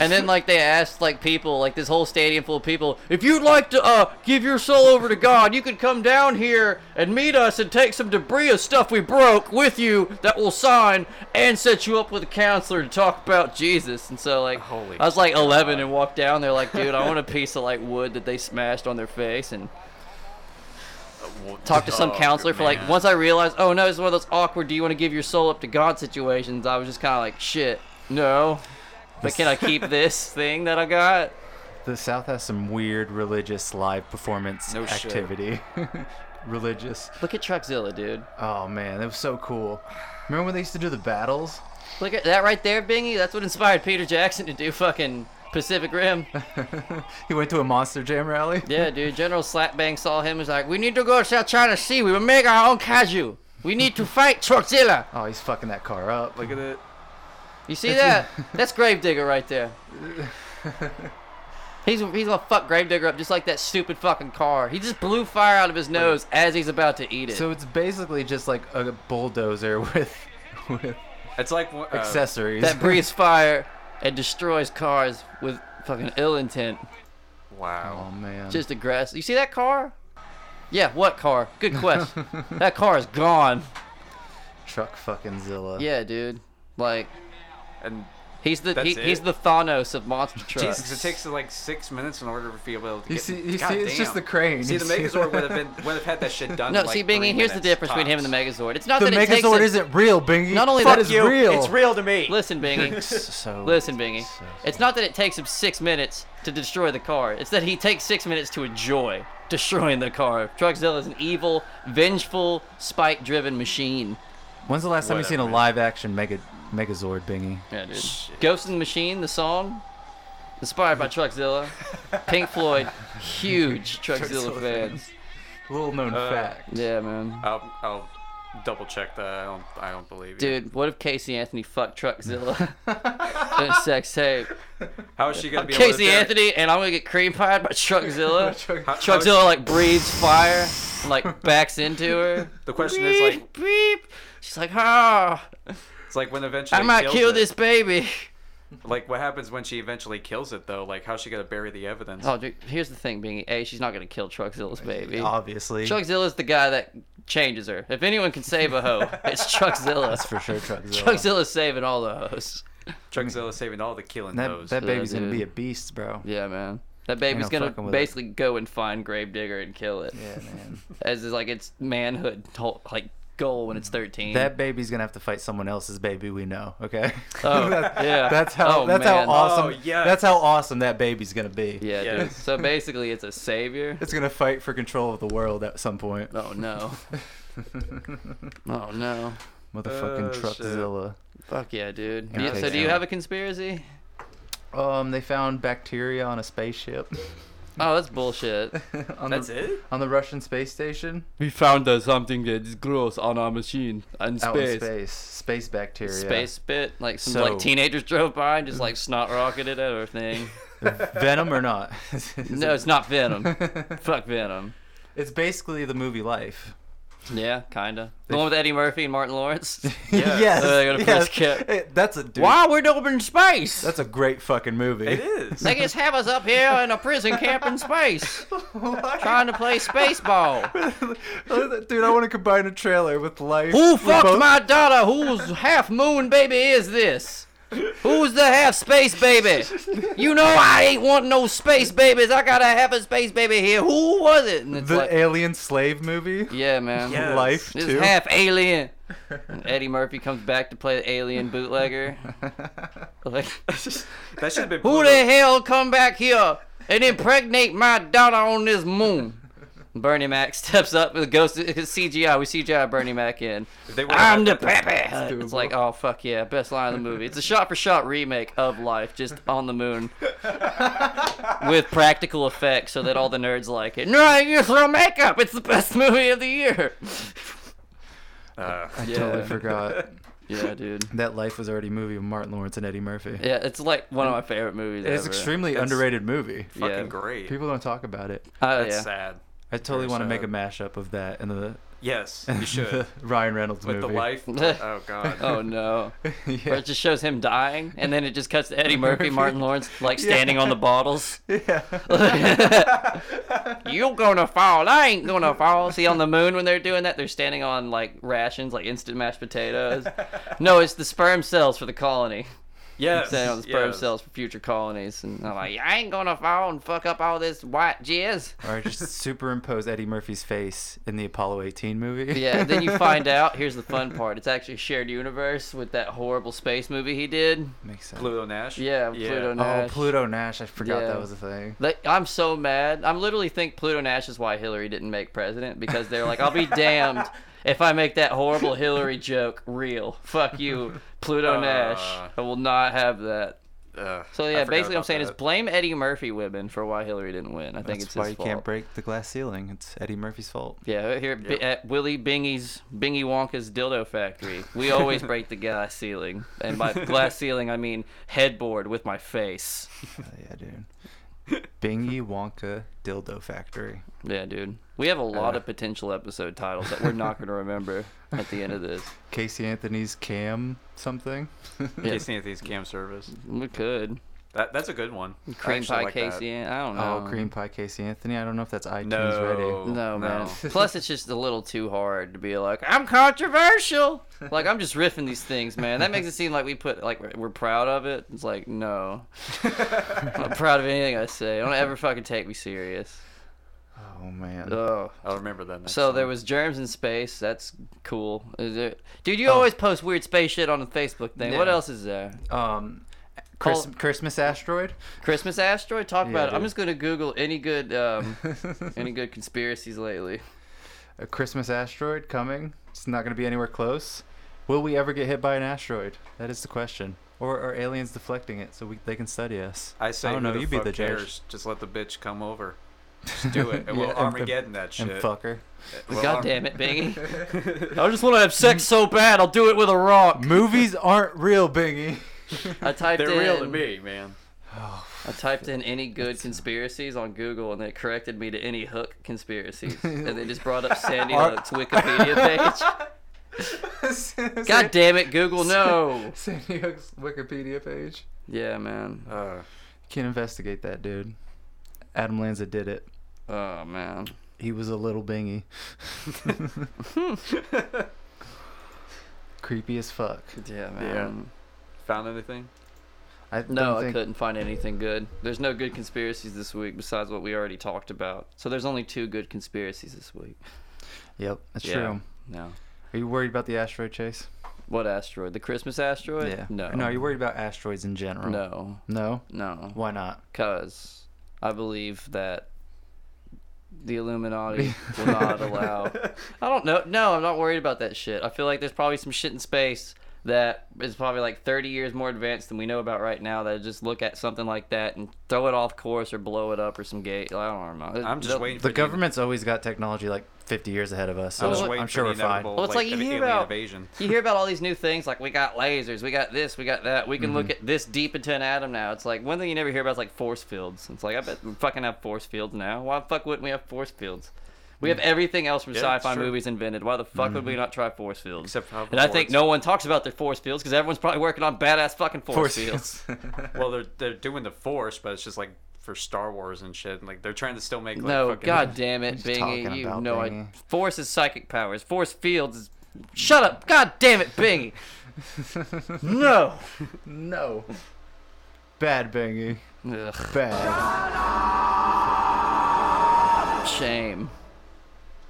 and then like they asked like people, like this whole stadium full of people, "If you'd like to uh give your soul over to God, you could come down here and meet us and take some debris of stuff we broke with you that we'll sign and set you up with a counselor to talk about Jesus." And so like
Holy
I was like 11 and walked down there like, "Dude, I want a piece of like wood that they smashed on their face and
Well,
talk to some
oh,
counselor for like
man.
once I realized, oh no, it's one of those awkward do you want to give your soul up to God situations, I was just kinda like, shit, no. But can I
*laughs*
keep this thing that I got?
The South has some weird religious live performance
No shit.
activity. *laughs* religious.
Look at Truckzilla, dude.
Oh man, that was so cool. Remember when they used to do the battles?
Look at that right there, Bingy. That's what inspired Peter Jackson to do fucking Pacific Rim.
He went to a Monster Jam rally.
Yeah, dude. General Slapbang saw him and was like, we need to go to South China Sea. We will make our own kaju. We need to fight Truckzilla.
Oh, he's fucking that car up.
Look at it.
You see that? That's Gravedigger right there. He's, he's gonna fuck Gravedigger up just like that stupid fucking car. He just blew fire out of his nose as he's about to eat it.
So it's basically just like a bulldozer *laughs* with with
It's like uh,
accessories.
that breathes fire and destroys cars with fucking ill intent.
oh
Wow.
man.
Just aggressive. You see that car? Yeah, what car? Good
*laughs*
question. that car is gone.
truck fucking Zilla.
Yeah, dude. Like
And
he's the he,
That's
he's
it?
the Thanos of monster trucks.
Jesus, it takes like six minutes in order to be able to get.
You see, you
God
see it's
damn.
just the crane.
See,
You
the
see
Megazord
that?
would have been would have had that shit done.
no,
in, like,
see, Bingy.
three
Here's the
minutes
difference between him and the
tops.
Megazord. It's not
The
that it takes
Megazord
a-
isn't real, Bingy.
Not only
Fuck
that-
is real.
It's real to me.
*laughs* Listen,
*laughs*
Bingy.
So
Listen, Bingy.
so-
It's not that it takes him six minutes to destroy the car. It's that he takes six minutes to enjoy destroying the car. Truckzilla is an evil, vengeful, spite-driven machine.
When's the last time you seen a
Whatever.
live action Mega Megazord, Bingy?
Yeah, dude. Ghost in the Machine, the song, inspired by
*laughs*
Truckzilla. Pink Floyd, huge Truckzilla fans.
Little known fact.
Uh, Yeah, man.
I'll, I'll double check that. I don't. I don't believe you.
Dude, what if Casey Anthony fucked
*laughs*
Truckzilla in a sex tape?
How is she gonna be able to
Casey
do it?
Anthony, and I'm gonna get cream pied by Truckzilla.
*laughs*
Truck-
How- how is-
Truckzilla like breathes fire, and,
*laughs*
like backs into her.
The question
beep,
is like,
beep. She's like, ah,
it's like when eventually
I might
kills
kill
it.
this baby.
Like what happens when she eventually kills it though? Like how's she gonna bury the evidence?
Oh, dude, here's the thing, being a, she's not gonna kill Truckzilla's baby. *laughs*
Oh,
Obviously.
Truckzilla's the guy that changes her. If anyone can save a hoe, it's Truckzilla.
That's for sure, Truckzilla.
Truckzilla's saving all the hoes. mm.
Truckzilla saving all the killing
That,
those.
that baby's gonna
dude.
be a beast, bro.
Yeah, man. That baby's
no
gonna
fucking with it.
basically go and find Gravedigger and kill it.
Yeah,
*laughs*
man.
As is like its manhood to- like goal when it's thirteen.
That baby's gonna have to fight someone else's baby we know. Okay. *laughs*
Oh,
That-
yeah.
That's how.
Oh,
that's
man.
how awesome.
Oh, yes.
That's how awesome that baby's gonna be.
yeah,
Yeah.
dude. So basically, it's a savior.
It's gonna fight for control of the world at some point.
Oh
*laughs*
no. oh no.
Motherfucking
Oh, shit.
Truckzilla.
Fuck yeah, dude. Do you-
Okay,
so do you
so-
have a conspiracy?
Um, they found bacteria on a spaceship.
Oh, that's bullshit.
on
That's
the,
it.
On the Russian space station.
We found uh, something that's gross on our machine in
Out in space. Space bacteria.
Space spit, like some
So-
like teenagers drove by and just like snot rocketed at our thing.
*laughs* Venom or not? *laughs*
no, it's not Venom. Fuck Venom.
It's basically the movie
*laughs*
Life.
Yeah, kinda. The one with Eddie Murphy and Martin Lawrence. *laughs*
Yes.
Oh, they gotta press cap.
*laughs* Hey, that's a dude,
Why we're open space?
That's a great fucking movie. *laughs*
It is.
They just have us up here in a prison camp in space, trying to play space ball.
Oh, Dude, I want to combine a trailer with life.
Who
with
fucked
both-
my daughter? Whose half moon baby is this? Who's the half space baby? You know I ain't want no space babies. I got a half a space baby here. Who was it? And it's
the
like,
alien slave movie?
yeah, man.
Yeah.
Life
This
too.
is half alien. And Eddie Murphy comes back to play the alien
*laughs*
bootlegger. Like,
That should have been.
Who
Pluto.
the hell come back here and impregnate my daughter on this moon? Bernie Mac *laughs* steps up with ghost *laughs* it's CGI. We CGI Bernie Mac in.
They would've
I'm *laughs* the
had-
peppy. It's like, oh fuck yeah, best line of the movie. It's a shot-for-shot remake of Life, just on the
*laughs*
moon, with practical effects, so that all the nerds like it. No, you throw makeup. It's the best movie of the year.
Uh,
I totally
Yeah. *laughs*
forgot
Yeah, dude.
that Life was already a movie with Martin Lawrence and Eddie Murphy.
Yeah, it's like one of my favorite movies.
It's
ever.
extremely underrated movie.
fucking
yeah.
great.
People don't talk about it.
Oh,
That's
yeah.
sad.
I totally
Very
want to
sad.
make a mashup of that and the,
Yes,
*laughs*
you should.
the *laughs* Ryan Reynolds
With
movie.
the life. Oh god.
Oh no.
*laughs* yeah.
Where it just shows him dying, and then it just cuts to Eddie Murphy, Martin Lawrence, like standing on the bottles. *laughs* You're gonna fall. I ain't gonna fall. See, on the moon when they're doing that, they're standing on like rations, like instant mashed potatoes. No, it's the sperm cells for the colony.
Yes.
Standing on the sperm
yes.
cells for future colonies. And I'm like, I ain't gonna fall and fuck up all this white jizz.
*laughs* Or just superimpose Eddie Murphy's face in the Apollo 18 movie.
Yeah, then you find out. Here's the fun part. It's actually a shared universe with that horrible space movie he did.
*laughs* Makes sense.
Pluto Nash.
Yeah, Pluto
Oh,
Nash.
Pluto Nash. I forgot
Yeah.
that was a thing.
Like, I'm so mad. I literally think Pluto Nash is why Hillary didn't make president because they're like, I'll
*laughs*
be damned if I make that horrible Hillary joke real. Fuck you, Pluto Nash.
Uh.
I will not have that.
Uh,
So
I
yeah,
forgot
basically I'm
about
saying is
that.
blame Eddie Murphy women for why Hillary didn't win. I think
That's
it's
why
his
you
fault.
can't break the glass ceiling. It's Eddie Murphy's fault.
yeah, here at B- at Willie Bingy's Bingy Wonka's dildo factory, we always break the glass ceiling, and by
*laughs*
glass ceiling I mean headboard with my face.
Oh, yeah,
*laughs*
dude. Bingy Wonka Dildo Factory.
Yeah, dude. We have a lot of potential episode titles that we're not going to remember at the end of this.
Casey Anthony's Cam something.
Yeah.
Casey Anthony's cam service.
We could.
That that's a good one. I
Cream
actually
Pie
like that.
Casey. I don't know.
Oh, cream pie Casey Anthony. I don't know if that's iTunes
No.
ready.
Um, No, man. Plus, it's just a little too hard to be like, I'm controversial. Like, I'm just riffing these things, man. That makes it seem like we put, like, we're- we're proud of it. It's like, no. I'm not proud of anything I say. Don't ever fucking take me serious.
Oh man.
Oh.
I'll remember that. Next
So
time.
there was germs in space. That's cool. Is it? Dude, you always post weird space shit on the Facebook thing. What
Yeah.
else is there?
Um, Chris-
Oh.
Christmas asteroid.
Christmas asteroid. Talk about it. I'm
dude.
just gonna Google any good um,
*laughs*
any good conspiracies lately.
A Christmas asteroid coming. It's not going to be anywhere close. Will we ever get hit by an asteroid? That is the question. Or are aliens deflecting it so we, they can study us?
I say,
I don't
who
know.
the
You be
fuck
the judge. *laughs*
cares? Just let the bitch come over. Just do it. And we'll
Yeah, and-
Armageddon that shit.
and
*laughs*
fucker.
We'll
God
Arm-
damn it, Bingy.
*laughs*
I just want to have sex so bad, I'll do it with a rock.
Movies aren't real, *laughs* Bingy.
*laughs*
I typed
They're
in,
real to me, man.
I typed in any good conspiracies on Google, and they corrected me to any hook
*laughs*
conspiracies, and they just brought up Sandy Hook's Wikipedia page.
*laughs*
God damn it, Google! No.
Sandy Hook's Wikipedia page.
Yeah, man.
Uh,
Can't investigate that, dude. Adam Lanza did it.
Oh man.
He was a little
*laughs*
bingy. *laughs* Creepy as fuck.
Yeah, man.
found anything?
I
No,
don't
I
think-
couldn't find anything good. There's no good conspiracies this week besides what we already talked about. So there's only two good conspiracies this week.
Yep, that's
Yeah.
true.
No.
Are you worried about the asteroid chase?
What asteroid? The Christmas asteroid?
Yeah.
No.
No, are you worried about asteroids in general?
No.
No?
No.
Why not?
Because I believe that the Illuminati will not allow. I don't know. No, I'm not worried about that shit. I feel like there's probably some shit in space that is probably like 30 years more advanced than we know about right now that just look at something like that and throw it off course or blow it up or some gate. I don't know.
I'm just
They'll-
waiting for
The government's always got technology like 50 years ahead of us, so
I'm
I'm,
just waiting
sure
for
we're
the
fine.
inevitable,
Well, it's like, you
of
hear
alien
about
invasion.
you hear about all these new things like we got lasers, we got this, we got that. We can look at this deep into an atom now. It's like one thing you never hear about is like force fields. It's like I bet we fucking have force fields now. Why the fuck wouldn't we have force fields? We have everything else from
Yeah, it's
sci-fi
true.
movies invented. Why the fuck would we not try force fields?
Except for
and I think
hoverboards.
no one talks about their force fields because everyone's probably working on badass fucking force, fields.
Well, they're they're doing the Force, but it's just like for Star Wars and shit. Like they're trying to still make like
No,
fucking
god damn it, Bingy,
talking
you
about,
know I
Bingy?
force is psychic powers. Force fields is shut up, god damn it, Bingy. no.
*laughs* No. Bad bingy.
Ugh. *laughs*
Bad.
Shame.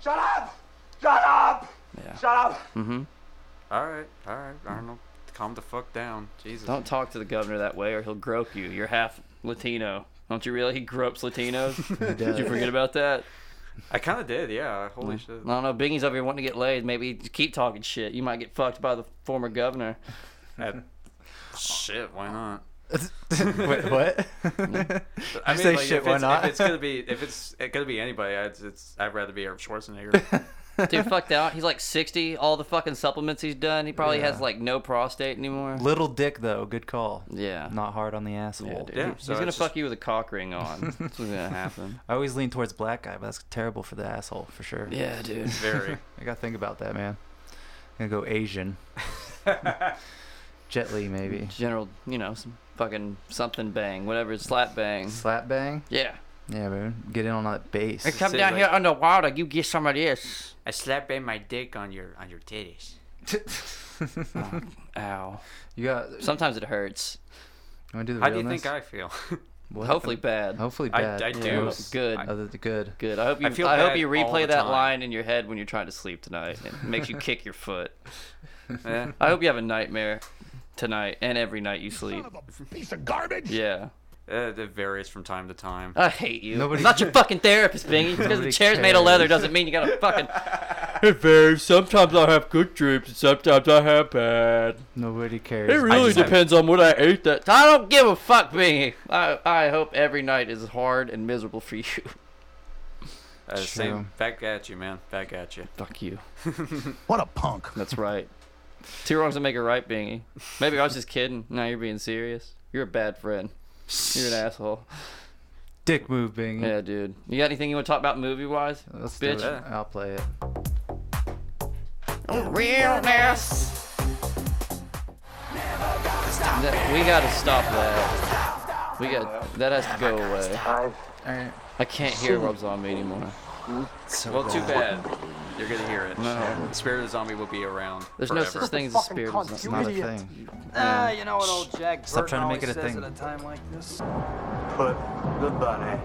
Shut up! Shut up!
Yeah.
Shut up!
*laughs* All right, all right, Arnold, calm the fuck down, Jesus.
Don't talk to the governor that way, or he'll grope you. You're half Latino. Don't you realize he gropes Latinos? Did you forget about *laughs* that?
I kind of did, yeah. Holy shit.
I don't know. Bingie's over here wanting to get laid. Maybe just keep talking shit. You might get fucked by the former governor.
That- shit, why not?
*laughs*
*laughs*
Wait, what?
I
say shit,
if
why
it's,
not?
If it's gonna be, if it's it gonna be anybody, I'd, it's I'd rather be Arnold *laughs* Schwarzenegger.
Dude, *laughs* fucked out. He's like 60. All the fucking supplements he's done. He probably has like no prostate anymore.
Little dick though, good call.
Yeah.
Not hard on the
Yeah,
asshole.
dude.
Yeah,
He-
so
he's
it's
gonna
just-
fuck you with a cock ring *laughs* on. That's what's gonna happen.
I always lean towards black guy, but that's terrible for the asshole for sure.
Yeah, dude.
Very.
I gotta think about that, man. I'm gonna
*laughs*
go Asian. Jet Li maybe.
General, you know, some fucking something bang, whatever, slap bang.
Slap bang?
Yeah.
Yeah, man. Get in on that bass.
Come
Say,
down
like-
here underwater. You get some of this.
I slap in my dick on your on your titties.
*laughs*
Ow.
You got you
Sometimes it hurts.
wanna do the
How do you
realness?
think I feel? *laughs*
What?
Hopefully bad.
Hopefully
I-
bad.
I do.
Gross.
Good.
Other than good.
Good. I hope you. I,
feel
hope
bad
you
all
replay
the
that
time.
line in your head when you're trying to sleep tonight. It makes you kick
*laughs*
your foot.
Eh.
I hope you have a nightmare tonight and every night you sleep.
Son of a piece of garbage!
Yeah.
Uh, it varies from time to time.
I hate you.
Nobody-
I'm not your fucking therapist, Bingy. Just because the
Nobody
chair's made of leather
cares.
doesn't mean you gotta fucking.
*laughs* It varies. Sometimes I have good dreams and sometimes I have bad.
Nobody cares.
It really
just-
depends on what I ate that time.
I don't give a fuck, Bingy. I I hope every night is hard and miserable for you. *laughs*
Uh, same.
true.
Back at you, man. Back at you.
Fuck you.
What a punk!
That's right. Two wrongs don't make a right, Bingy. Maybe I was just kidding. Now you're being serious. You're a bad friend. You're an asshole.
Dick move bing.
Yeah, dude. You got anything you want to talk about movie wise?
Let's
Bitch.
do it. I'll play it.
Realness. That- we gotta stop that. We got that has to go away.
I've
Alright.
I can't hear Rob Zombie anymore.
So
Well, too
bad.
bad. You're gonna hear it. The spirit of the zombie will be around.
There's no
forever.
such thing as a spirit of
It's
zombie.
not a thing.
Ah, you know what old Jack
Stop
Burton
trying to make
always
it a
says
thing.
at a time like this?
put the bunny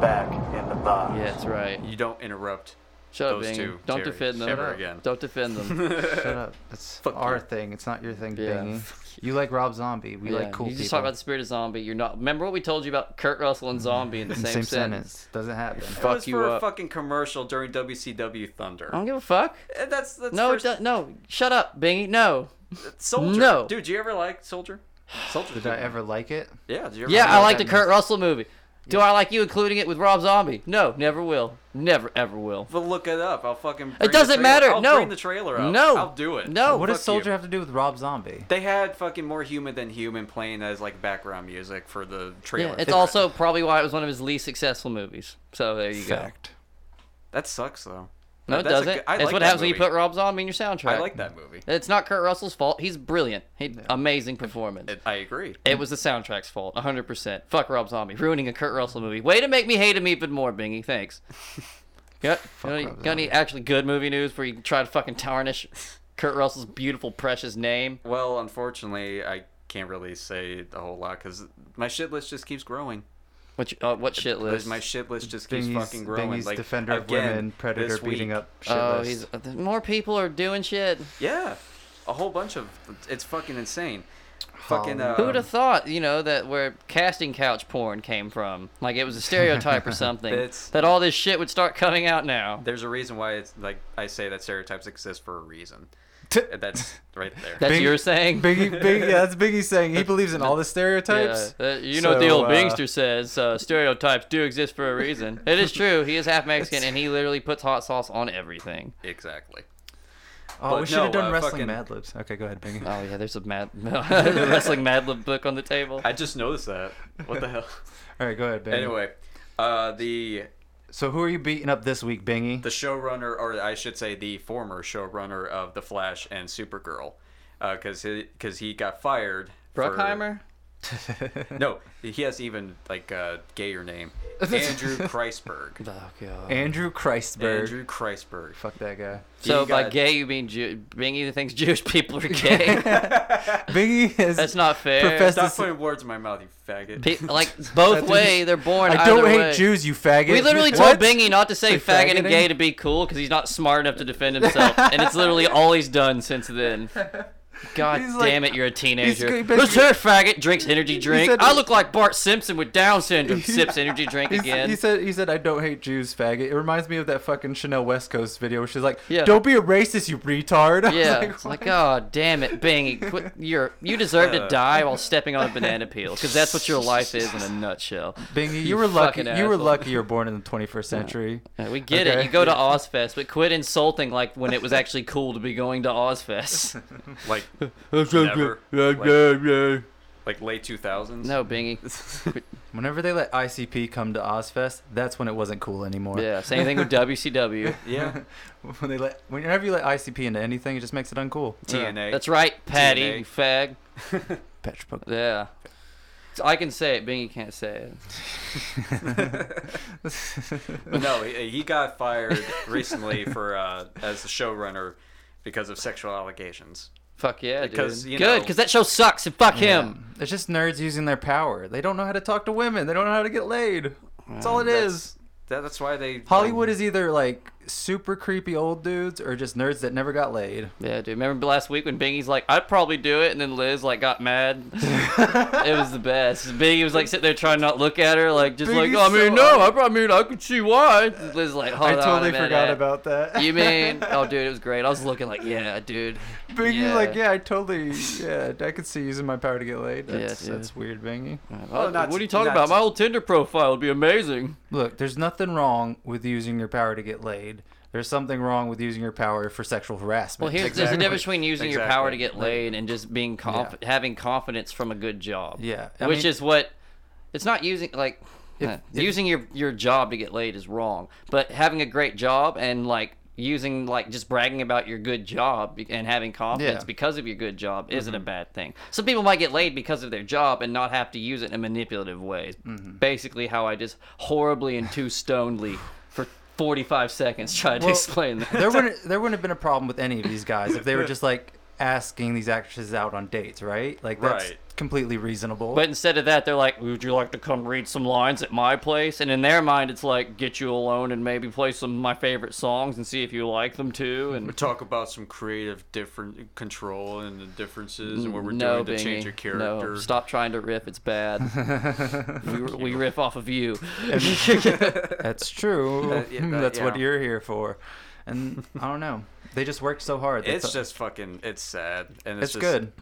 back in the box.
Yeah, that's right.
You don't interrupt.
Shut up,
Those
Bingy.
two,
Don't
Terry.
defend them.
Ever again.
Don't defend
*laughs*
them.
Shut up. It's our thing. It's not your thing,
Yeah.
Bingy. You like Rob Zombie. We like cool
you just
people.
talk about the spirit of zombie. You're not. Remember what we told you about Kurt Russell and zombie in the
In the
same,
same
sentence.
sentence. Doesn't happen.
Fuck
it was
you
for
up.
a fucking commercial during WCW Thunder.
I don't give a fuck.
Eh, That's that's
No, it
first,
do- no. Shut up, Bingy. No.
Soldier.
no.
dude, do you ever like Soldier? Soldier.
Did I ever like it?
Yeah. Did you ever
Yeah,
like
I
it?
like the Kurt Russell movie. Do I like you including it with Rob Zombie? No, never will. Never ever will.
But look it up. I'll fucking. bring
It
the
doesn't
trailer-
matter.
I'll
no.
Bring the trailer up.
No.
I'll do it.
No.
What does
Fuck you.
Soldier have to do with Rob Zombie?
They had fucking more human than human playing as like background music for the trailer.
Yeah, it's also probably why it was one of his least successful movies. So there you
Fact.
that sucks though.
go. No, it
That's a
doesn't.
good- I
That's
like
what
that
happens when
movie.
you put Rob Zombie in your soundtrack.
I like that movie.
It's not Kurt Russell's fault. He's brilliant. He amazing performance.
It- I agree.
It was the soundtrack's fault, 100%. Fuck Rob Zombie, ruining a Kurt Russell movie. Way to make me hate him even more, Bingy.
*laughs*
Thanks. Got, got, any, got any actually good movie news where you can try to fucking tarnish Kurt Russell's beautiful, precious name?
Well, unfortunately, I can't really say a whole lot because my shit list just keeps growing.
What, you- uh, what shit list?
My shit list just keeps
Bingy's-
fucking growing.
Bingy's
like
defender of
again,
women, predator
this week-
beating up shit
oh,
list.
he's, uh, more people are doing shit.
Yeah, a whole bunch of it's fucking insane.
Oh,
Fucking uh,
Who
Um,
would have thought, you know, that where casting couch porn came from? Like it was a
*laughs*
stereotype or something.
It's-
That all this shit would start coming out now.
there's a reason why it's like I say that stereotypes exist for a reason. And that's
*laughs*
right there.
That's
Bing-
your saying?
Biggie, Big, yeah, that's Biggie saying he believes in all the stereotypes.
Yeah, uh, you know what the
So,
old
uh,
Bingster says. Uh, stereotypes do exist for a
*laughs*
reason. It is true. He is half Mexican, and he literally puts hot sauce on everything.
exactly.
Oh,
But
we should have
no,
done
uh,
wrestling
fucking-
Mad Libs. Okay, go
*laughs*
ahead, Biggie.
Oh yeah, there's a Mad *laughs* wrestling Mad Lib book on the table.
I just noticed that. What
*laughs*
the hell?
All right, go ahead, Bingy.
Anyway, uh, the
so who are you beating up this week, Bingy?
the showrunner, or I should say, the former showrunner of The Flash and Supergirl, because he because he got fired. for-
Bruckheimer.
*laughs* No, he has even like a
*laughs*
gayer name. Andrew Kreisberg.
Oh god.
Andrew Kreisberg.
Andrew Kreisberg.
Fuck that guy.
so
he
by
got-
gay you mean Jew- Bingy thinks Jewish people are
*laughs*
gay?
*laughs* Biggie is.
That's not fair.
Professor-
Stop putting words in my mouth, you faggot.
Pe- like both way, they're born.
I don't
either
hate
way.
Jews, you faggot.
We literally told
What?
Bingy not to say
Say
faggot and
faggoting?
gay to be cool because he's not smart enough to defend himself, and it's literally all he's done since
*laughs*
then. God
He's like-
damn it, you're a teenager.
he
Who's
basically-
her faggot? Drinks energy drink.
said-
I look like Bart Simpson with Down
*laughs*
syndrome. Sips energy drink
He's-
again.
He said, "He said I don't hate Jews, faggot." It reminds me of that fucking Chanel West Coast video where she's like,
Yeah.
"Don't be a racist, you retard." *laughs* I was
yeah,
like,
it's like, oh damn it, Bingy, quit, you're you deserve
*laughs*
to die while stepping on a banana peel because that's what your life is in a nutshell.
Bingy, you,
you
were lucky.
fucking
You were
asshole.
lucky you were born in
*laughs*
the 21st century. *laughs*
Yeah, we get it.
Okay.
You go to Ozfest, but quit insulting like when it was actually cool to be going to
*laughs*
Ozfest.
*laughs* Like
Never.
Never.
Like,
like late 2000s.
No, Bingy.
Whenever they let ICP come to Ozfest, that's when it wasn't cool anymore.
Yeah, same thing with WCW. *laughs*
Yeah.
*laughs* When they let, whenever you let ICP into anything, it just makes it uncool.
TNA.
That's right, Patty,
TNA.
you fag.
Patch Pokemon.
Yeah. So I can say it, Bingy can't say it.
No, he,
*laughs*
he got fired recently for uh, as the showrunner because of sexual allegations.
Fuck yeah,
Because,
dude.
you
Good,
know-
because that show sucks and fuck him.
It's just nerds using their power. They don't know how to talk to women. They don't know how to get laid. That's all it is.
That, that's why they
Hollywood is either like super creepy old dudes or just nerds that never got laid.
Yeah, dude. Remember last week when Bingy's like, I'd probably do it, and then Liz like got mad. it was the best. Bingy was like sitting there trying not to look at her, like just like,
Bingy's
I mean,
so
no,
odd.
I probably mean I could see why. Liz is like, hold
I
on
totally
a minute.
forgot about that.
*laughs* You mean? Oh, dude, it was great. I was looking like, yeah, dude.
*laughs* Bingy's like, yeah, I totally, yeah, I could see using my power to get laid. That's,
dude.
that's weird, Bingy.
Oh,
not-
what are you talking
not-
about? My old Tinder profile would be amazing.
Look, there's nothing wrong with using your power to get laid. There's something wrong with using your power for sexual harassment.
Well, here's there's a
Exactly.
difference between using your power to
Exactly.
get laid and just being conf- having confidence from a good job.
Yeah, I
which
mean-
is what it's not using like eh, using your your job to get laid is wrong, but having a great job and like using like just bragging about your good job be- and having confidence
Yeah. Mm-hmm.
because of your good job isn't a bad thing. Some people might get laid because of their job and not have to use it in a manipulative way.
Mm-hmm.
Basically, how I just horribly and too stonedly for 45 seconds tried to explain that.
there wouldn't there wouldn't have been a problem with any of these guys if they were just like asking these actresses out on dates, right? Like that's
Right.
completely reasonable.
But instead of that, they're like, "Would you like to come read some lines at my place?" And in their mind, it's like, "Get you alone and maybe play some of my favorite songs and see if you like them too." And
talk about some creative different control and the differences and what we're
no,
doing to
Bingy.
change your character.
No, stop trying to riff. It's
*laughs*
bad. we, we riff off of you.
that's true.
yeah, that-
that's what
yeah.
you're here for. And I don't know. They just worked so hard. They
It's
thought-
just fucking. It's sad and
it's
it's, just,
good.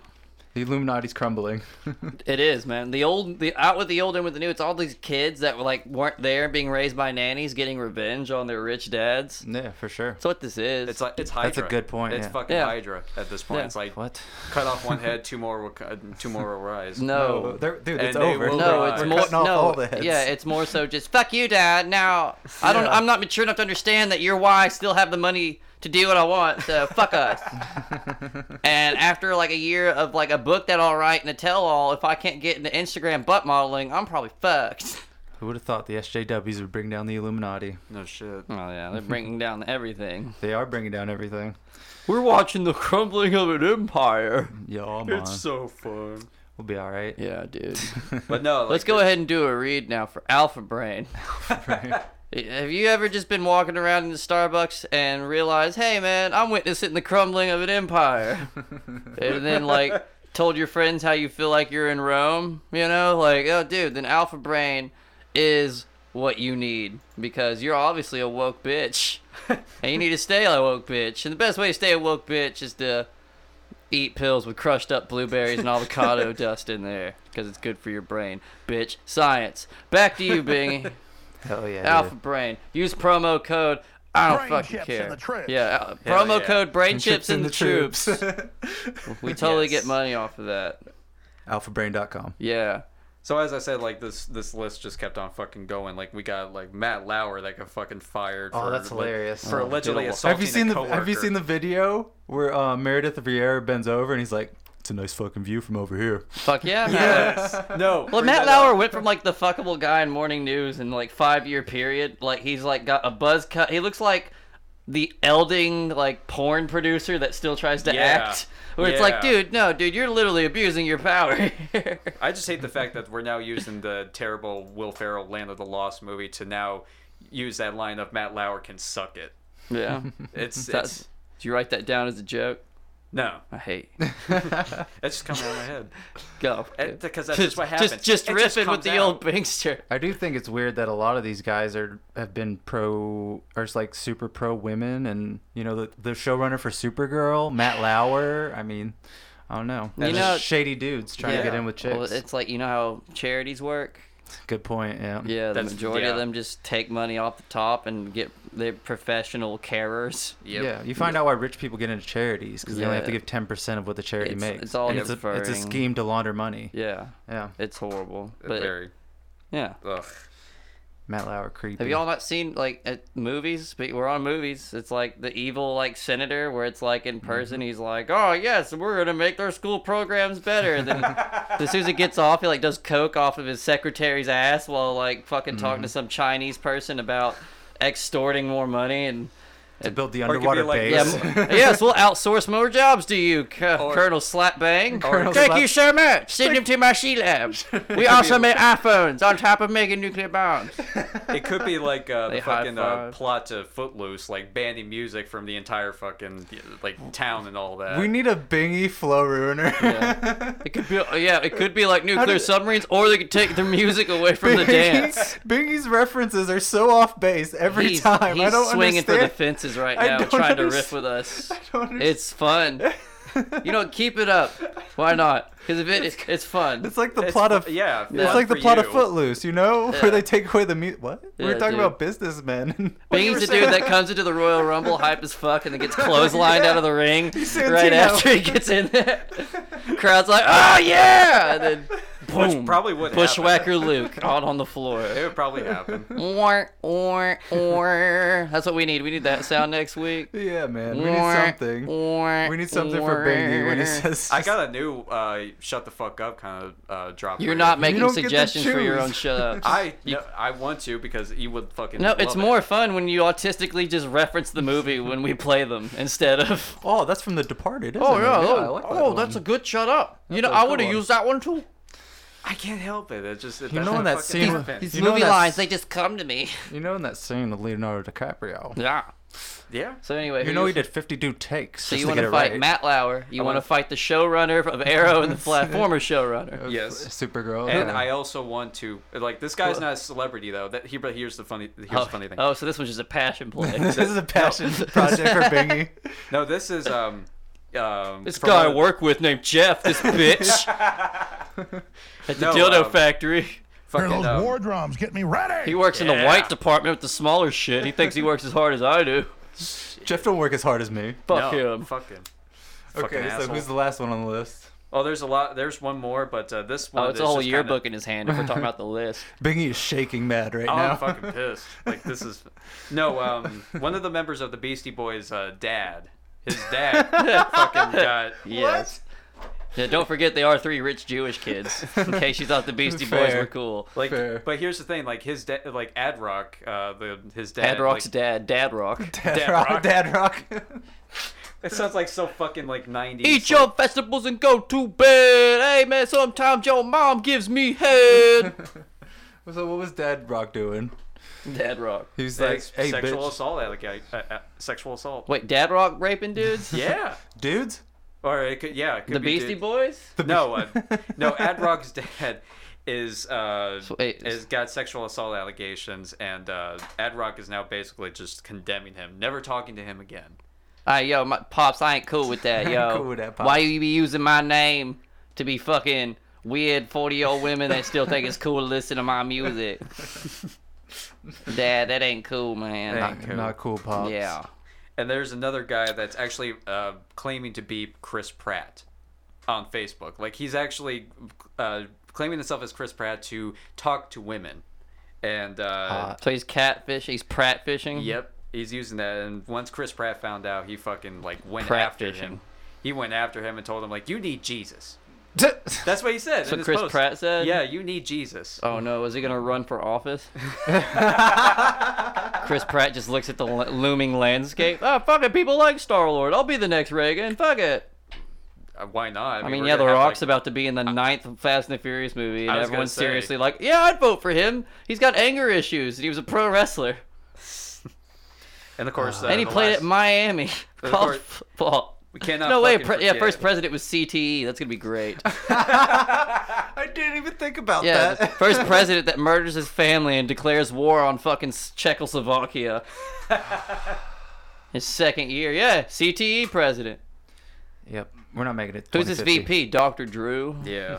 The Illuminati's crumbling. *laughs*
It is, man. The old, the out with the old and with the new. It's all these kids that were like weren't there, being raised by nannies, getting revenge on their rich dads.
yeah, for sure.
That's what this is.
It's like it's Hydra.
That's a good point,
It's
yeah.
fucking
Yeah.
Hydra at this point.
Yeah.
It's like
What?
cut off one
*laughs*
head, two more will cu- two more will rise.
no,
Oh, they're- dude,
And
it's
they
over.
will
no,
Right.
it's
We're
more
cutting off
no,
all the heads.
yeah, it's more so just fuck you, dad. Now I don't, I'm not mature enough to understand that you're why I still have the money to do what I want. So fuck *laughs* us. and after like a year of like a book that all right and a tell all, if I can't get into Instagram butt modeling, I'm probably fucked.
Who would have thought the SJWs would bring down the Illuminati?
No
*laughs*
shit.
Oh yeah, they're bringing down everything.
They are bringing down everything.
We're watching the crumbling of an empire.
Yo, man.
so fun.
We'll be all right.
Yeah, dude.
But no, like,
Let's go ahead and do a read now for *laughs* Alpha Brain. Have you ever just been walking around in the Starbucks and realized, hey man, I'm witnessing the crumbling of an *laughs* empire? and then like told your friends how you feel like you're in Rome, you know? Like, oh dude, then Alpha Brain is what you need because you're obviously a woke *laughs* bitch. and you need to stay a woke bitch. And the best way to stay a woke bitch is to eat pills with crushed up blueberries and avocado *laughs* dust in there because it's good for your brain. Bitch, science. Back to you, Bingy.
Hell Oh, yeah.
Alpha
dude.
Brain. Use promo code. I don't
Brain
fucking
chips in
care.
the troops.
yeah, uh, promo
yeah.
code Brain
And
Chips in the, troops. *laughs* we
*laughs*
totally
Yes.
get money off of that.
AlphaBrain.com.
Yeah.
So as I said, like this this list just kept on fucking going. Like we got like Matt Lauer that got fucking fired.
Oh,
for,
that's
like,
hilarious. Oh.
For allegedly assaulting
Have you seen
a
the Have you
coworker.
seen the video where uh, Meredith Vieira bends over and he's like, "It's a nice fucking view from over here."
Fuck yeah, Matt.
*laughs*
Yes. No.
Well,
bring
Matt
that up.
Lauer went from like the fuckable guy in morning news in like five year period. Like he's like got a buzz cut. He looks like the elding like porn producer that still tries to
Yeah.
act. Where it's like,
Yeah.
dude, no, dude, you're literally abusing your power. *laughs* here."
I just hate the fact that we're now using the terrible Will Ferrell Land of the Lost movie to now use that line of Matt Lauer can suck it.
yeah.
*laughs*
*laughs*
It's,
That's,
it's
do you write that down as a joke?
no.
I hate.
*laughs* It's just coming out of my
*laughs*
head.
Go.
Because that's just what happens.
Just, just
It
riffing with
comes
the
out.
old
*laughs*
Bingster.
I do think it's weird that a lot of these guys are have been pro or just, like super pro women, and you know the the showrunner for Supergirl, Matt Lauer. I mean, I don't know.
You
Just
know-
shady dudes trying to
Yeah.
get in with chicks.
Well, it's like you know how charities work.
Good point. Yeah.
Yeah, the
That's-
majority of
yeah.
them just take money off the top and get their professional carers.
Yeah, you find out why rich people get into charities because they only have to
Yeah.
give ten percent of what the charity
It's-
makes.
it's all
and it's, a, it's a
deferring.
scheme to launder money. Yeah,
Yeah,
yeah.
it's horrible. But
Very.
yeah,
Ugh.
Matt Lauer creepy.
have you all not seen like at movies? But We're on movies. It's like the evil like senator where it's like in person he's like, oh yes, we're gonna make their school programs better. And *laughs* then as soon as he gets off, he like does coke off of his secretary's ass while like fucking talking to some Chinese person about extorting more money and.
to build the
Or it could be
underwater
like
Yeah,
base?
this.
m- yes, we'll outsource more jobs to you, C- Colonel Slapbang.
Colonel
Thank
Slap-
you so much. Send them to my she *laughs* labs. We also make iPhones on top of making nuclear bombs.
It could be like
*laughs*
uh,
They
the fucking uh,
high-five.
plot to Footloose, like banning music from the entire fucking like town and all
*laughs*
that.
we need a bingy flow ruiner.
It could be, yeah, it could be like nuclear
did-
submarines, or they could take their music away *laughs* from
*laughs*
the dance.
Bingy's references are so off base every
he's,
time.
he's
I don't
swinging
understand.
for the
*laughs*
fences right
I
now,
don't
trying to riff
understand-
with us.
don't
It's fun. You know, keep it up. Why not? Because if it, it's, it's fun.
*laughs* It's like the
It's
plot
fu-
of
yeah,
It's
fun
like the
for
plot of
you.
Footloose, you know,
Yeah.
where they take away the mute. What? we
Yeah,
were talking
dude.
about businessmen. *laughs*
Bingy's the dude that comes into the Royal Rumble hype as fuck and then gets clotheslined out of
*laughs*
the ring
Santino.
right after he gets in there. *laughs* Crowd's like, oh yeah! And then
*laughs*
boom.
probably would happen.
Bushwhacker
*laughs*
Luke out on the floor.
It would probably happen.
*laughs* Or, or, or. *laughs* That's what we need. We need that sound next week.
*laughs* yeah, man. We need something. we need something for Bingy when he says.
I got a new uh, "shut the fuck up" kind of uh, drop.
You're
rate.
not making
don't get to
suggestions for your
choose.
own shut
*laughs*
up.
I no, I want to because you would fucking.
No,
love
it's
it.
more fun when you autistically just reference the movie when we play them instead of.
Oh, that's from The Departed. Isn't
Oh
it?
yeah, oh,
I like that
oh
one.
that's a good shut up. you know,
a
I
good
would have
one.
used that one too.
I can't help it. It's just
You know in that scene,
These
you know in
movie
that-
lines, they just come to me.
You know in that scene with Leonardo
*laughs*
DiCaprio.
Yeah.
Yeah.
So anyway,
You know he did 52 takes.
So
just
you
to
want
get
to
it
fight
right.
Matt Lauer? You want to
wanna-
fight the showrunner of Arrow and the *laughs* flat former showrunner?
Yes.
Supergirl. *laughs*
And
yeah.
I also want to like this guy's not a celebrity though. That he but here's the funny here's
Oh,
the funny thing.
oh, so *laughs* this was just a passion play.
*laughs*
this is a passion project for Bingy.
No, this is um Um,
This
from
guy I
what-
work with named Jeff, this *laughs* bitch. At the
No,
dildo
um,
factory.
Here are those war drums. Get me ready.
um, He works in the white department with the smaller shit. He thinks he works as hard as I do.
Jeff don't work as hard as me.
Fuck
No,
him.
Fuck him. Fucking
Okay, so
asshole.
who's the last one on the list?
Oh, there's a lot. There's one more, but uh, this one.
Oh, it's a
is
whole
just kinda-
yearbook in his hand if we're talking about the
*laughs*
list.
Bingy is shaking mad right
Oh,
now.
I'm fucking pissed. Like this is no. Um, one of the members of the Beastie Boys' uh, dad, his
*laughs*
dad, fucking got
Yes. Yeah, don't forget they are three rich Jewish kids. In case you thought the Beastie Boys
Fair.
were cool.
like.
Fair.
But here's the thing, like his dad, like Ad Rock, uh, the his dad.
Dad Rock's
like,
dad, Dad Rock.
*laughs* Dad,
Dad
Rock.
Rock.
Dad Rock. *laughs*
It sounds like so fucking like 90s.
*laughs* Eat your vegetables and go to bed. Hey man, sometimes your mom gives me head.
so what was Dad Rock doing?
*laughs* Dad Rock.
He was
like,
like, "Hey,
sexual
bitch,
assault, like uh, uh, sexual assault.
Wait, Dad Rock raping dudes?
Yeah.
dudes."
Or it could, yeah, it could
The
be
Beastie
dude-
Boys? *laughs*
No, uh, no. Adrock's dad is uh
wait, is-
has got sexual assault allegations, and uh, Adrock is now basically just condemning him, never talking to him again.
All right, yo, my pops, I ain't cool with that,
*laughs* I ain't
yo.
cool with that,
Why
Pops.
you be using my name to be fucking weird forty year old women that still think it's cool to listen to my
*laughs*
music? Dad, that ain't cool, man.
That
Like,
ain't Cool.
Not cool, pops.
yeah,
And there's another guy that's actually uh, claiming to be Chris Pratt on Facebook. Like he's actually uh, claiming himself as Chris Pratt to talk to women, and uh,
so he's catfish. He's prat fishing.
Yep, he's using that. And once Chris Pratt found out, he fucking like went
Pratt
after
fishing.
him. He went after him and told him like, "You
*laughs*
need Jesus."
T-
That's what he said. That's
what Chris Pratt said?
Yeah, you need Jesus. Uh,
Oh no, is he gonna run for
*laughs*
office? Chris Pratt just looks at the lo- looming landscape. Oh, fuck it, people like Star Lord. I'll be the next Reagan. Fuck it.
Uh, Why not?
I mean,
we're
yeah, The
gonna have,
Rock's
like-
about to be in the ninth Fast and the Furious movie, and
I was gonna
everyone's
say.
seriously like, "Yeah, I'd vote for him. He's got anger issues, and he was a pro wrestler,
And of course, uh,
Uh-huh. and he
the
played
last-
at Miami
Of
college *laughs*
course.
football."
We cannot.
No way!
fucking
Pre- yeah,
forget.
first president was CTE. That's gonna be great.
I didn't even think about
Yeah, the
*laughs*
that.
first president that murders his family and declares war on fucking S- Czechoslovakia. his second year, yeah, CTE president.
yep, we're not making it.
Who's his
2050.
VP? Doctor Drew. *laughs*
Yeah.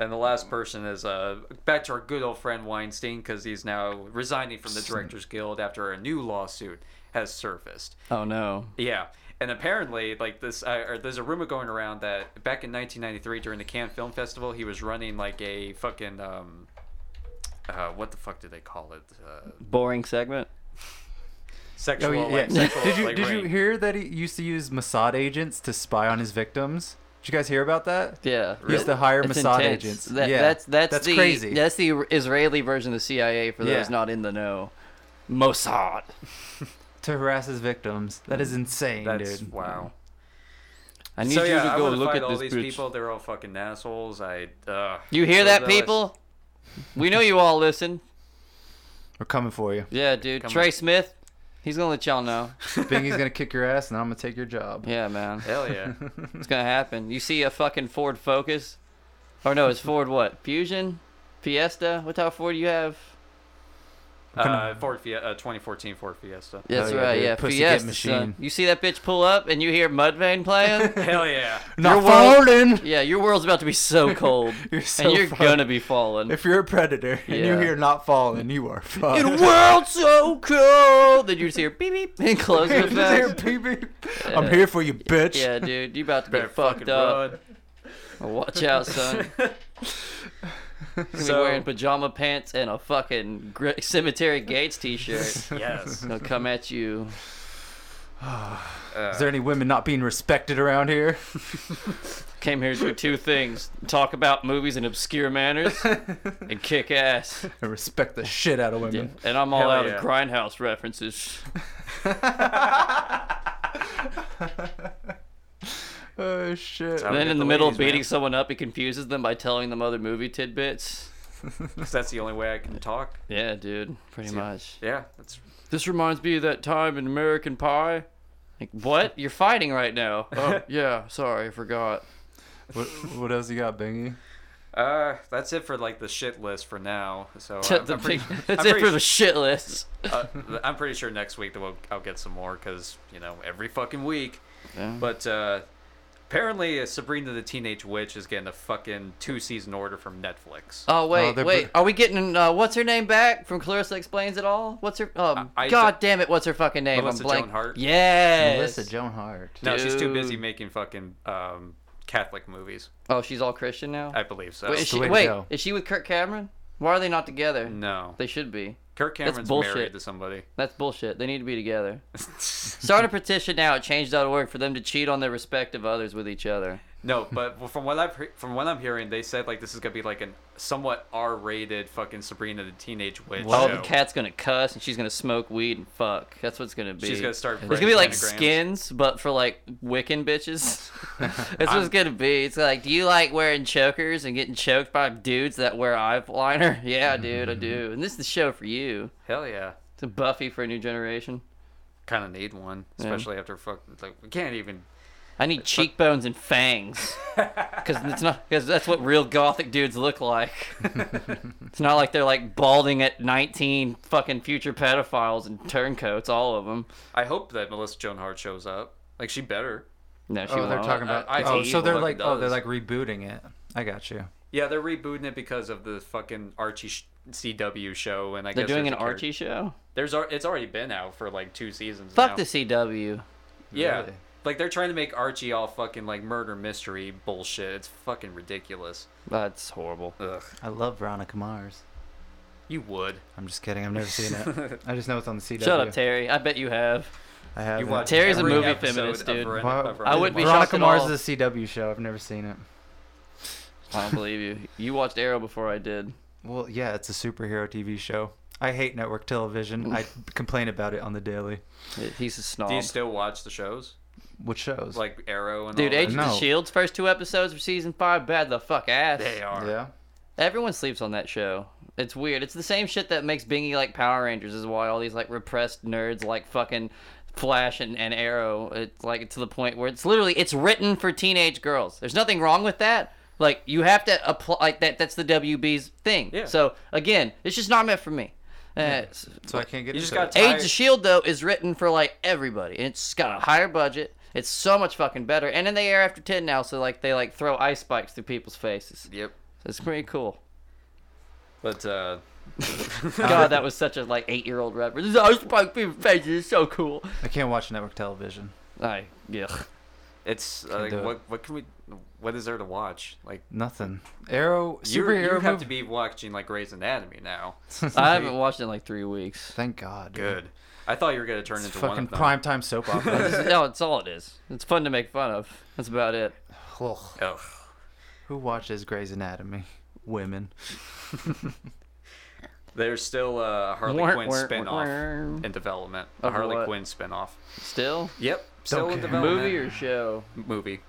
And the
Um,
last person is uh, back to our good old friend Weinstein because he's now resigning from the Directors Guild after a new lawsuit has surfaced.
Oh no.
Yeah, and apparently, like this, uh, or there's a rumor going around that back in 1993 during the Cannes Film Festival, he was running like a fucking um, uh, what the fuck do they call it? Uh,
Boring segment.
sexual,
Oh, yeah.
like,
*laughs*
sexual,
did you
like,
did
ring.
you hear that he used to use Mossad agents to spy on his victims? Did you guys hear about that?
Yeah.
He used to hire
It's
Mossad
intense.
agents.
That-
yeah,
That's that's,
that's
the,
crazy.
That's the Israeli version of the CIA for those
Yeah.
not in the know. Mossad.
to harass his victims. That is insane,
That's
dude.
wow.
I need
So
you
yeah,
to
I
go
want to
look
fight
at
all
this
these
bitch.
people. They're all fucking assholes. I. Uh,
You hear
so
that,
they're like-
people? we know you all listen.
We're coming for you.
*laughs* Yeah, dude.
Come
Trey
on.
Smith. He's gonna let y'all know.
Bingy's gonna kick your ass, and I'm gonna take your job.
Yeah, man. *laughs*
Hell yeah.
It's gonna happen. You see a fucking Ford Focus, or no, it's Ford what? Fusion, Fiesta. What type of Ford do you have?
uh, Ford Fiesta, uh, 2014 Ford Fiesta.
That's
Oh, yeah,
right,
dude.
yeah.
Pussy get
Fiesta.
machine.
son. You see that bitch pull up, and you hear Mudvayne
*laughs*
playing. *laughs*
Hell yeah.
Not
world-
folding.
yeah, your world's about to be so cold,
*laughs* You're so
and you're
fucked.
gonna be falling.
If you're a predator and you
Yeah.
hear not falling,
*laughs*
you are fucked. *laughs*
the world's so cold. Then you just hear beep beep and close
*laughs* You
your
just
fast.
hear beep, beep. I'm here for you, bitch.
Yeah, dude, you about to
Better
get fucked
fucking
up.
run.
Watch out,
*laughs*
son. You're
So-
wearing pajama pants and a fucking Gr- cemetery gates t-shirt. *laughs*
Yes.
They'll come at you.
Is there any women not being respected around here?
*laughs* Came here to do two things: talk about movies in obscure manners, and kick ass.
I respect the shit out of women.
And I'm all
Hell
out
yeah.
of grindhouse references.
Oh shit.
That's how we
then
get
in the, middle of
ladies, man.
beating someone up, he confuses them by telling them other movie tidbits.
'Cause that's the only way I can talk.
Yeah, dude, pretty much.
Yeah, that's
This reminds me of that time in American Pie. Like, what? You're fighting right now?
*laughs*
Oh, yeah. Sorry, I forgot.
What, what else you got, Bingy?
uh, that's it for like the shit list for now. So I'm,
The
I'm pretty,
big- *laughs* that's
*laughs* I'm
it
pretty
for the shit list.
uh, I'm pretty sure next week that we'll, I'll get some more because you know every fucking week.
Yeah.
But uh, Apparently, uh, Sabrina the Teenage Witch is getting a fucking two season order from Netflix.
Oh
Oh,
wait,
they're
wait.
br-
Are we getting uh, what's her name back from Clarissa Explains It All? What's her? Um,
I- I-
God damn it! What's her fucking name?
Melissa
I'm blank.
Joan Hart?
Yes.
Melissa Joan Hart.
No, she's too busy
Dude.
making fucking um, Catholic movies.
Oh, she's all Christian now.
I believe so.
wait, is
the
she,
way to
wait,
go.
is she with Kirk Cameron? Why are they not together?
no,
They should be.
Kirk
that's
Cameron's
bullshit.
married to somebody.
That's bullshit. They need to be
*laughs*
together. Start a petition now at change.org for them to cheat on their respective others with each other.
No, but from what I've he- from what I'm hearing, they said like this is gonna be like an somewhat R-rated fucking Sabrina the Teenage Witch.
Oh,
show.
the cat's gonna cuss and she's gonna smoke weed and fuck. That's what's gonna be.
She's gonna start
It's gonna be like
writing
skins, but for like Wiccan bitches. *laughs* That's what it's gonna be. It's like, do you like wearing chokers and getting choked by dudes that wear eyeliner? *laughs* Yeah, dude, I
*laughs*
do. And this is the show for you.
Hell yeah,
It's a Buffy for a new generation.
kind of need one, especially after fuck. Like we can't even.
I need cheekbones and
*laughs*
fangs, because it's not because that's what real gothic dudes look like.
*laughs*
it's not like they're like balding at nineteen, fucking future pedophiles and turncoats, all of them.
I hope that Melissa Joan Hart shows up. Like she better.
No, she
Oh, they're
won't.
talking about.
I- I
oh,
hate
so they're
what it
like. Oh, they're
does.
like rebooting it. I got you.
Yeah, they're rebooting it because of the fucking Archie sh- CW show, and I
They're
guess
doing an
there's a char-
Archie show.
There's al- it's already been out for like two seasons. now.
Fuck the CW.
Yeah.
Really?
Like they're trying to make Archie all fucking like murder mystery bullshit. It's fucking ridiculous.
That's horrible.
Ugh.
I love Veronica Mars.
You would.
I'm just kidding. I've never seen
*laughs*
it. I just know it's on the CW.
Shut up, Terry. I bet you have.
I have.
You watch
Terry's a
every
movie
episode
feminist,
of
dude.
Veren-
Why-
of
I wouldn't be
Veronica
shocked
Veronica
at
Mars
all.
is a CW show. I've never seen it.
I don't believe you. You watched Arrow before I did.
Well, yeah, it's a superhero TV show. I hate network television.
*laughs*
I complain about it on the daily.
He's a snob.
Do you still watch the shows
What shows?
like Arrow and
Dude,
all that?
Agent
Oh, No.
of Shield's first two episodes of season five bad the fuck ass.
They are.
yeah.
Everyone sleeps on that show. It's weird. It's the same shit that makes Bingy like Power Rangers. Is why all these like repressed nerds like fucking Flash and, and Arrow. It's like to the point where it's literally it's written for teenage girls. There's nothing wrong with that. Like you have to apply like that. That's the WB's thing.
Yeah.
So again, it's just not meant for me. Uh, it's-
So I can't get.
You just
into
got
it.
Age
tired.
of Shield E though is written for like everybody, and it's got a higher budget. It's so much fucking better, and then they air after ten now, so like they like throw ice spikes through people's faces.
Yep.
It's pretty cool.
But uh,
*laughs* God, that was such a like eight year old rapper. This is ice spike through people's faces. It's so cool.
I can't watch network television.
I yeah.
it's uh, like,
do it.
what what can we what is there to watch? Like
Nothing. Arrow
you you
superhero
have
movie.
to be watching like Grey's Anatomy now.
*laughs* I haven't watched it in like three weeks.
Thank God. dude.
Good. I thought you were gonna turn
It's
into one
fucking
of them.
primetime
*laughs*
soap opera.
No, it's all it is. It's fun to make fun of. That's about it.
Ugh.
Ugh.
Who watches Grey's Anatomy? Women.
There's still uh, a Harley
Wah,
Quinn
wah, wah,
spin-off
wah.
in development. a
Of
Harley
what?
Quinn spin-off.
*laughs*
Still,
Yep. Still in
care.
development.
movie or show?
movie.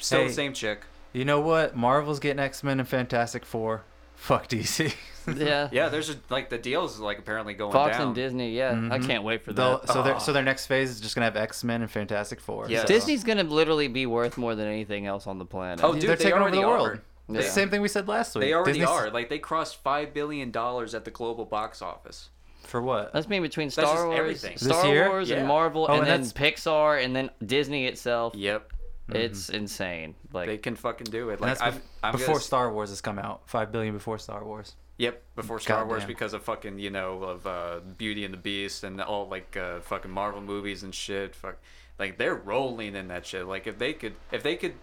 Still
Hey.
the same chick.
You know what? Marvel's getting X Men and Fantastic Four. Fuck DC.
*laughs* Yeah.
Yeah, there's a, like the deals like apparently going
Fox
down. Mm-hmm.
and Disney. Yeah, I can't wait for
*laughs* They'll-
that.
so their so their next phase is just gonna have X Men and Fantastic Four.
Ah. Yeah.
so-
Disney's gonna literally be worth more than anything else on the planet.
Oh, dude,
they're
they
taking over
already
the world.
are.
It's
Yeah.
the same thing we said last week.
They already
Disney's-
are. Like they crossed five billion dollars at the global box office.
For what?
That's me between Star
That's just
Wars,
everything.
This
Star
year?
Wars,
Yeah.
and Marvel,
Oh,
and,
and
then
that's-
Pixar, and then Disney itself.
Yep.
It's insane. Like
They can fucking do it.
And
Like
that's
I'm,
bef-
I'm
before
gonna s-
Star Wars has come out. Five billion before Star Wars.
Yep, before Star Wars
Goddamn.
because of fucking you know of uh, Beauty and the Beast and all like uh, fucking Marvel movies and shit. Fuck, like they're rolling in that shit. Like if they could, if they could,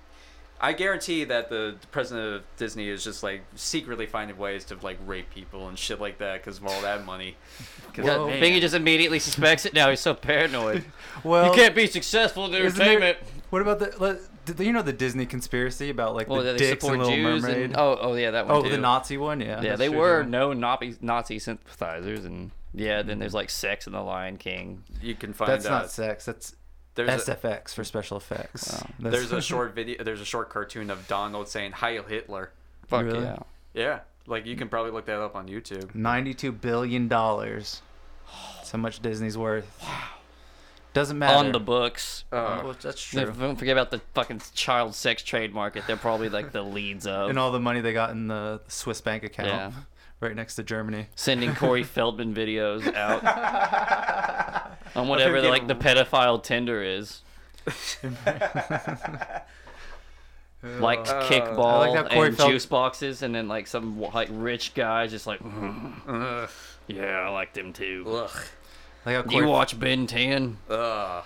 I guarantee that the, the president of Disney is just like secretly finding ways to like rape people and shit like that because of all that money. 'Cause,
God,
man,
Bingy just immediately suspects it now. He's so
*laughs*
paranoid.
Well,
you can't be successful in
Oh. isn't there-
entertainment.
What about the? let- did- You know the Disney conspiracy about like
Well,
the
Oh, they
dicks and
support
Little
Jews
Mermaid.
and oh, oh yeah, that one
oh,
too.
the Nazi one. Yeah.
yeah,
that's
they
true,
were
too.
no Nazi, Nazi sympathizers, and yeah, then there's like sex in the Lion King.
you can find
That's
uh,
not sex. That's
there's a,
SFX for special effects. That's-
there's a short video. There's a short cartoon of Donald saying "Heil Hitler."
Fuck
Really?
yeah.
Yeah, like you can probably look that up on YouTube.
92 billion dollars. So much Disney's worth. Wow. Doesn't matter.
On the books.
Uh, that's
Yeah, Don't forget about the fucking child sex trade market. They're probably like the leads of.
and all the money they got in the Swiss bank account.
Yeah.
*laughs* Right next to Germany.
sending
*laughs*
Corey Feldman videos out on whatever
getting-
*laughs*
like the pedophile Tinder is. like
Uh,
kickball
Oh. I like how Corey
and
felt-
juice boxes, and then like some like rich guy just like,
Ugh.
*sighs* yeah, I like them too.
Ugh.
Like how
Do you
Corey, Uh,
watch Ben Ten?
Ugh.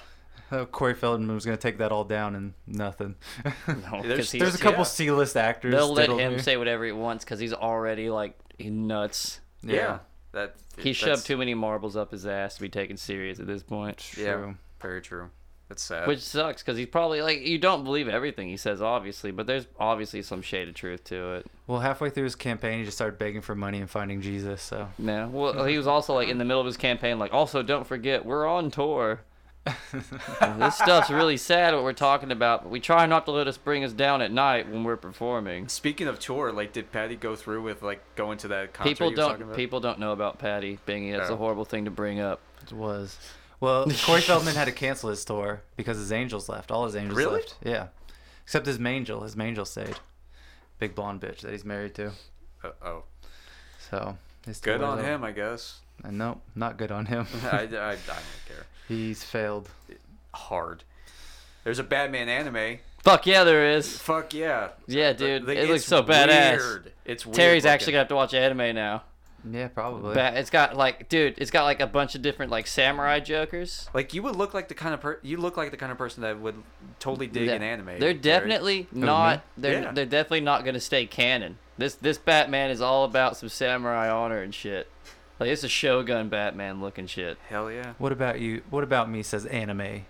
how Corey Feldman was gonna take that all down and nothing.
No,
There's-
Oh, 'cause he's-
*laughs* There's a couple
yeah.
C-list actors.
they'll let
diddled
him
here.
say whatever he wants because he's already like he nuts.
Yeah. That
He
that's-
shoved too many marbles up his ass to be taken serious at this point.
Yeah.
True.
Very true. That's sad.
Which sucks because he's probably like you don't believe everything he says, obviously, but there's obviously some shade of truth to it.
Well, halfway through his campaign, he just started begging for money and finding Jesus. So
No, well, he was also like in the middle of his campaign, like also don't forget we're on tour.
*laughs*
this stuff's really sad what we're talking about, but we try not to let us bring us down at night when we're performing.
Speaking of tour, like, did Patty go through with like going to that concert?
People
he was talking
don't
about?
people don't know about Patty Bingy. That's
Oh.
a horrible thing to bring up.
it was. Well, Corey Feldman had to cancel his tour because his angels left. All his angels
Really?
left. Yeah. Except his mangel. His mangel stayed. Big blonde bitch that he's married to.
Uh oh.
So his
Good
tour
on
is
him, I guess. *laughs*
over. And nope, not good on him.
I, I, I don't care.
he's failed.
Hard. There's a Batman anime.
Fuck yeah, there is.
Fuck yeah.
Yeah, dude,
Like,
it looks
it's
so badass.
weird. It's weird
Terry's
looking.
actually gonna have to watch anime now.
Yeah, probably.
Ba- it's got like, dude, it's got like a bunch of different like samurai jokers.
Like you would look like the kind of per- you look like the kind of person that would totally dig
Yeah.
an anime.
They're
Terry.
definitely
Mm-hmm.
not. They're
Yeah.
they're definitely not gonna stay canon. This this Batman is all about some samurai honor and shit. Like it's a Shogun Batman looking shit.
Hell yeah.
What about you? What about me? Says anime.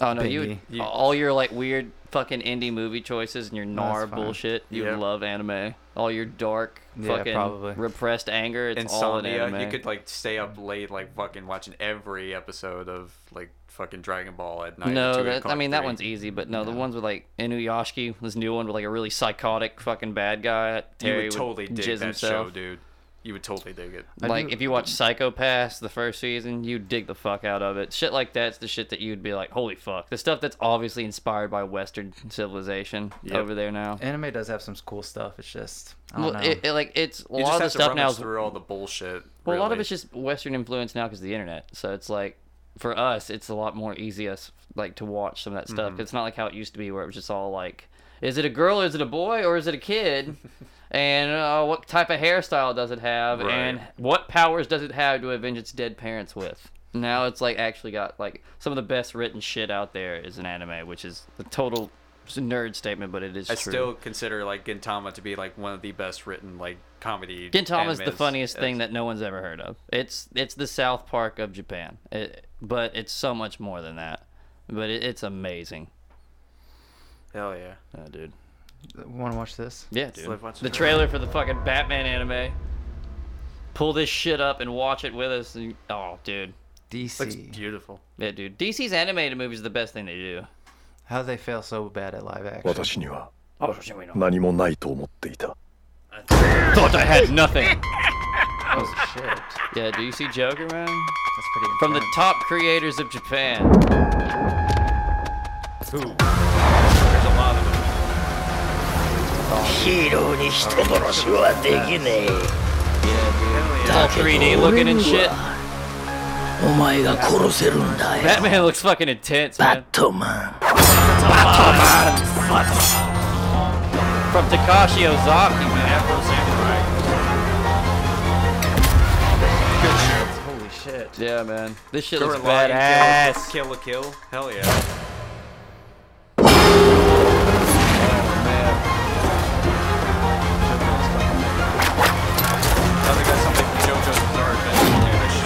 Oh no, you,
Baby.
you all your like weird fucking indie movie choices and your gnar
fine.
bullshit. You
Yeah.
would love anime. All your dark
Yeah,
fucking
probably.
repressed anger. It's all in
Insomnia.
anime.
You could like stay up late, like fucking watching every episode of like fucking Dragon Ball at night. at
No,
two
that, I
o'clock,
mean that
three.
one's easy, but no, the ones with like Inuyashiki, this new one with like a really psychotic fucking bad guy.
You
Terry
would totally dig
jizz
that
himself.
show, dude. You would totally dig it.
Like
do-
if you watch Psycho Pass the first season, you dig the fuck out of it. Shit like that's the shit that you'd be like, holy fuck. The stuff that's obviously inspired by Western civilization over there now.
Anime does have some cool stuff. It's just I don't
Well,
know.
it, it, like it's a
You
lot of
just
the
have to
stuff now
rummage
is
through all the bullshit.
Well, a lot of
really.
it's just Western influence now because of the internet. So it's like, for us, it's a lot more easy us like to watch some of that
Mm-hmm.
stuff. 'Cause It's not like how it used to be where it was just all like, is it a girl or is it a boy or is it a
*laughs*
kid? and uh, what type of hairstyle does it have?
Right.
And what powers does it have to avenge its dead parents with? Now it's like actually got like some of the best written shit out there is an anime, which is a total nerd statement, but it is
I
true.
still consider like Gintama to be like one of the best written like comedy.
Gintama is the
animes.
funniest thing
Yes.
that no one's ever heard of. It's it's the South Park of Japan, it, but it's so much more than that. But it, it's amazing,
Hell yeah.
oh, dude.
Want to watch this?
Yeah, dude.
like watching
The
it.
trailer for the fucking Batman anime. Pull this shit up and watch it with us. And, oh, dude.
DC.
Looks beautiful.
Yeah, dude. DC's animated movies are the best thing they do.
How they fail so bad at live action.
私には
Oh, shit, we know.
何もないと思っていた
Thought I had nothing.
Oh shit, that's
Yeah, do you see Joker, man?
pretty.
From the
intense.
top creators of Japan. Who? There's a lot of them.
だ
all 3D looking and shit.
お前が殺せるんだよ
Batman looks fucking intense, man.
トマン
From Takashi Ozaki, man.
Holy shit.
Yeah, man. This shit looks
Gorilla Lion
badass.
Kill kill a kill. Hell yeah.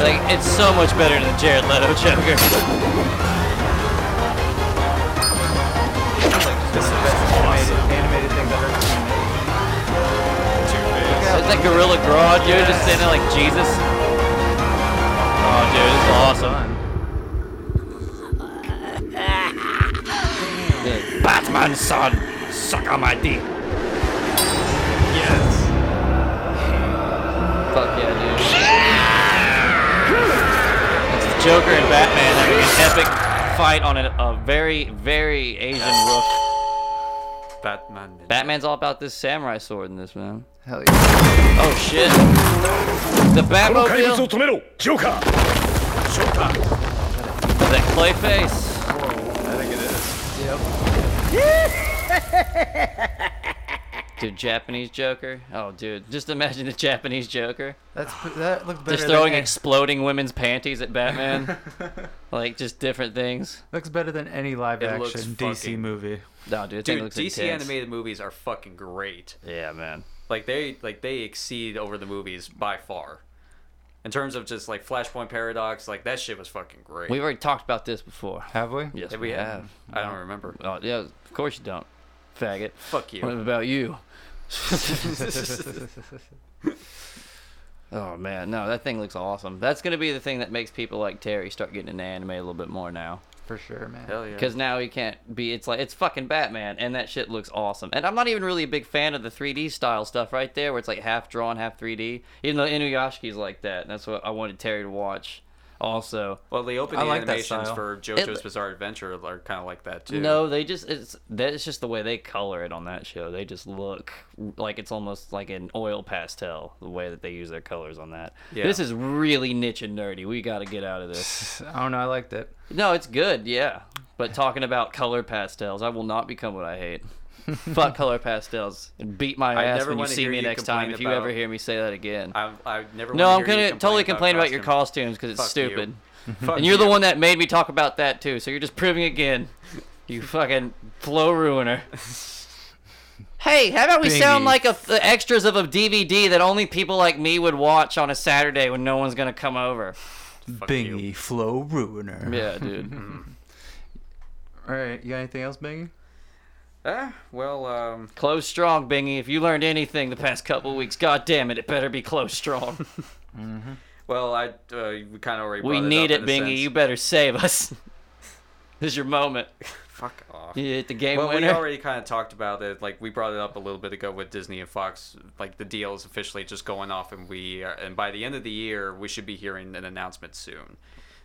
Like, it's so much better than the Jared Leto Joker.
Animated thing that hurts.
It's like Gorilla Grodd, dude, just standing there like Jesus. Oh, dude, this is awesome. Dude, Batman, son, suck on my dick.
Yes.
Fuck yeah, dude. It's the Joker and Batman having an epic fight on a, a very, very Asian roof.
Batman.
Batman's all about this samurai sword in this, man.
Hell yeah.
Oh shit. The Batmobile?
止めろジョーカー
That clay face.
I think it is.
*laughs* Dude, Japanese Joker. Oh, dude, just imagine the Japanese Joker.
That's pr- that looks better.
Just throwing
than,
exploding women's panties at Batman.
*laughs*
like just different things.
looks better than any live
It looks
action DC
fucking-
movie.
No, dude,
Dude,
it looks
DC
intense.
animated movies are fucking great.
Yeah, man.
Like they like they exceed over the movies by far. In terms of just like Flashpoint Paradox, like that shit was fucking great.
We've already talked about this before.
Have we?
Yes,
Did
we
we
have.
have. I don't remember.
Oh, yeah, of course you don't, faggot.
Fuck you.
What about
*laughs*
you? *laughs* oh man, no, that thing looks awesome. That's gonna be the thing that makes people like Terry start getting into anime a little bit more now.
For sure, man.
Hell yeah.
Because now he can't be. It's like it's fucking Batman, and that shit looks awesome. And I'm not even really a big fan of the 3D style stuff right there, where it's like half drawn, half 3D. Even though Inuyashiki's like that, and that's what I wanted Terry to watch. Also,
well, they opened
I
the
like that
animations
style.
for JoJo's Bizarre Adventure are kind of like that too.
No, they just it's that's just the way they color it on that show. They just look like it's almost like an oil pastel the way that they use their colors on that.
Yeah.
This is really niche and nerdy. We got to get out of this.
I don't know. I liked it.
no, it's good, yeah. But talking about color pastels, I will not become what I hate.
*laughs*
Fuck color pastels and beat my
I
ass
never
when you
wanna
see
hear
me
you
next time
complain
if you
about-
ever hear me say that again.
I I never.
no,
wanna
I'm
hear you
gonna totally complain about your costumes
costumes.
because it's
Fuck you.
stupid.
*laughs* Fuck
And you're the
you.
one that made me talk about that too, so you're just proving again.
*laughs*
You fucking flow ruiner. Hey, how about we sound
Bingy.
like a, the extras of a DVD that only people like me would watch on a Saturday when no one's gonna come
*laughs*
over?
Bingy flow ruiner.
Yeah, dude.
All right. You got anything else, Bingy?
Ah, well, um,
close strong, Bingy. If you learned anything the past couple weeks, god damn it, it better be close *laughs* strong.
well, I uh, we kind of already.
we
brought
need
it,
it,
up in a
Bingy.
sense.
You better save us. *laughs* this is your moment.
fuck off.
You hit the game
Well,
winner.
we already kind of talked about it. Like we brought it up a little bit ago with Disney and Fox. Like the deal is officially just going off, and we are, and by the end of the year, we should be hearing an announcement soon.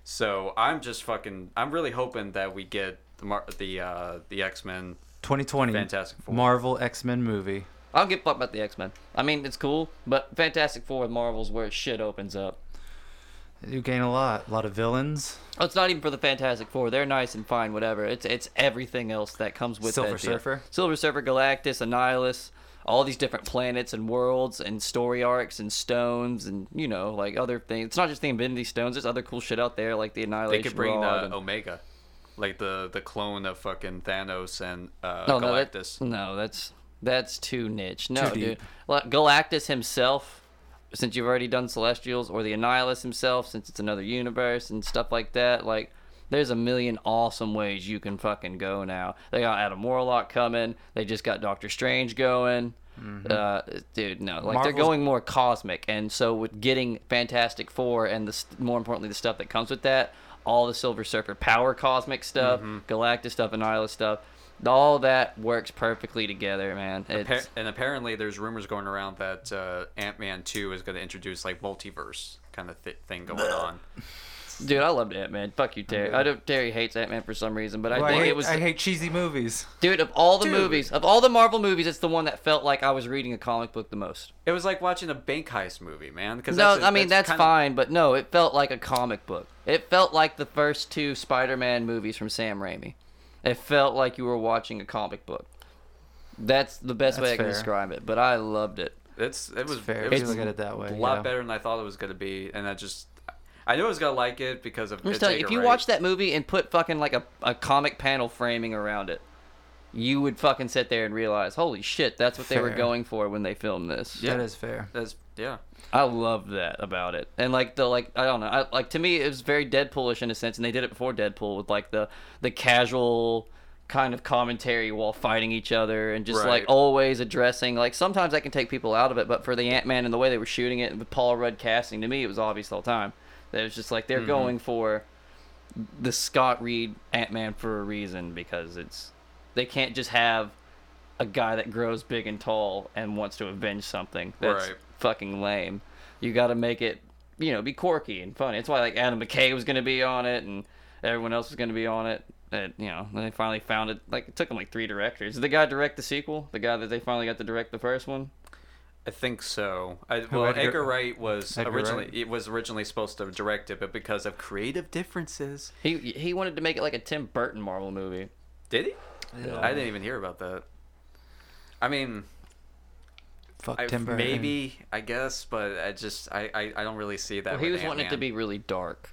So I'm just fucking. I'm really hoping that we get the Mar- the uh, the X Men.
2020.
Fantastic Four.
Marvel X Men movie.
I don't give a fuck about the X Men. I mean, it's cool, but Fantastic Four with Marvel's where shit opens up.
You gain a lot. A lot of villains.
Oh, it's not even for the Fantastic Four. They're nice and fine, whatever. It's it's everything else that comes with
Silver
that deal.
Surfer?
Silver Surfer, Galactus, Annihilus, all these different planets and worlds and story arcs and stones and you know like other things. It's not just the Infinity Stones. There's other cool shit out there like the
They
Annihilation.
could
Rod
bring the uh,
and-
Omega, like the the clone of fucking Thanos and uh,
no, no, that-
Galactus.
no, that's that's too niche. No,
Too
dude.
deep.
Like, Galactus himself, since you've already done Celestials, or the Annihilus himself, since it's another universe and stuff like that. Like, there's a million awesome ways you can fucking go now. They got Adam Warlock coming. They just got Doctor Strange going. Uh, dude, no, like they're
Marvel's-
going more cosmic, and so with getting Fantastic Four and the st- more importantly the stuff that comes with that, all the Silver Surfer power cosmic stuff, Galactus stuff, Annihilus stuff, all that works perfectly together, man. It's,
Pa- and apparently, there's rumors going around that uh, Ant Man Two is going to introduce like multiverse kind of th- thing going on.
Dude, I loved Ant Man. Fuck you, Terry. I don't. Terry hates Ant Man for some reason, but I
Well, I,
think
hate,
it was.
I hate cheesy movies.
dude, of all the movies, of all the Marvel movies, it's the one that felt like I was reading a comic book the most.
It was like watching a bank heist movie, man. Because
No, I mean that's, fine, but no, it felt like a comic book. It felt like the first two Spider-Man movies from Sam Raimi. It felt like you were watching a comic book. That's the best way
That's
I can
fair.
describe it. But I loved it.
It's it was
fair
It
if
was
you look at it that way,
A lot
yeah.
better than I thought it was gonna be, and I just I knew I was gonna like it because of.
I'm just telling you, if you watch that movie and put fucking like a, a comic panel framing around it, you would fucking sit there and realize, holy shit, that's what they were
Fair.
going for when they filmed this.
That is fair.
that's yeah.
I love that about it, and like the like I don't know, I, like to me it was very Deadpoolish in a sense, and they did it before Deadpool with like the the casual kind of commentary while fighting each other, and just like
Right.
always addressing like sometimes that can take people out of it, but for the Ant Man and the way they were shooting it and with Paul Rudd casting, to me it was obvious the whole time. That It was just like they're going for the Scott Reed Ant Man for a reason because it's they can't just have a guy that grows big and tall and wants to avenge something. That's
Right.
fucking lame. You got to make it, you know, be quirky and funny. That's why like Adam McKay was gonna be on it and everyone else was gonna be on it. And you know, then they finally found it. Like it took them like three directors. Did the guy direct the sequel? The guy that they finally got to direct the first one.
I think so. I, well,
Edgar-
Edgar, Wright was
Edgar
originally
Wright?
it was originally supposed to direct it, but because of creative differences,
He he wanted to make it like a Tim Burton Marvel movie.
did he? I didn't even hear about that. I mean,
Fuck
I-
Tim Burton.
Maybe I guess, but I just I I, I don't really see that.
Well,
he
with
was wanting it to
Ant-Man.
be really dark.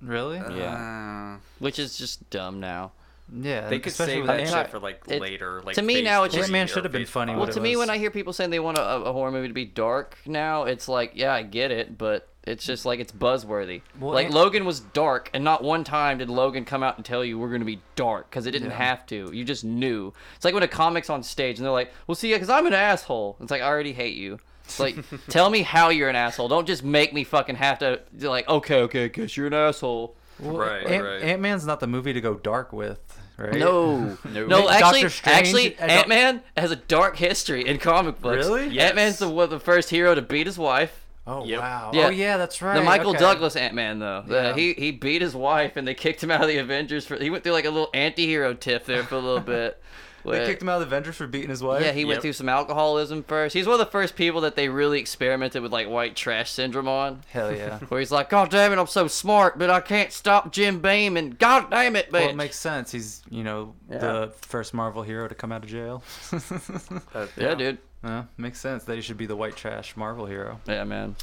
Really?
Uh,
Yeah. Which is just dumb now.
Yeah,
They could save that shit for like
It-
later. Like
to me
phase
now, it's
three
just
Ant-Man
or
should have been
phase
funny
five.
Well, to me, when I hear people saying they want a, a horror movie to be dark now, it's like, yeah, I get it, but it's just like it's buzzworthy.
Well,
like
Ant-
Logan was dark, and not one time did Logan come out and tell you we're going to be dark because it didn't
Yeah.
have to. You just knew. It's like when a comic's on stage and they're like, "Well, see, because I'm an asshole." It's like I already hate you. It's
*laughs*
like, tell me how you're an asshole. Don't just make me fucking have to like, okay, okay, guess you're an asshole.
Right,
Ant- Ant-Man's not the movie to go dark with, right? *laughs*
No, no, actually, actually, Ant Man has a dark history in comic books.
Really?
Ant Man's the one- the first hero to beat his wife.
Oh wow.
Yeah.
Oh yeah, that's right.
The Michael
okay.
Douglas Ant Man though, Uh,
Yeah.
he he beat his wife and they kicked him out of the Avengers for. He went through like a little anti-hero tiff there for a
*laughs*
little bit.
They
where-
kicked him out of the Avengers for beating his wife.
yeah, he went through some alcoholism first. He's one of the first people that they really experimented with like white trash syndrome on.
*laughs*
Hell yeah.
Where he's like, God damn it, I'm so smart, but I can't stop Jim Beam, and God damn it,
Well,
bitch.
it makes sense. He's you know the first Marvel hero to come out of jail. *laughs*
yeah, dude.
Yeah, makes sense that he should be the white trash Marvel hero.
Yeah, man.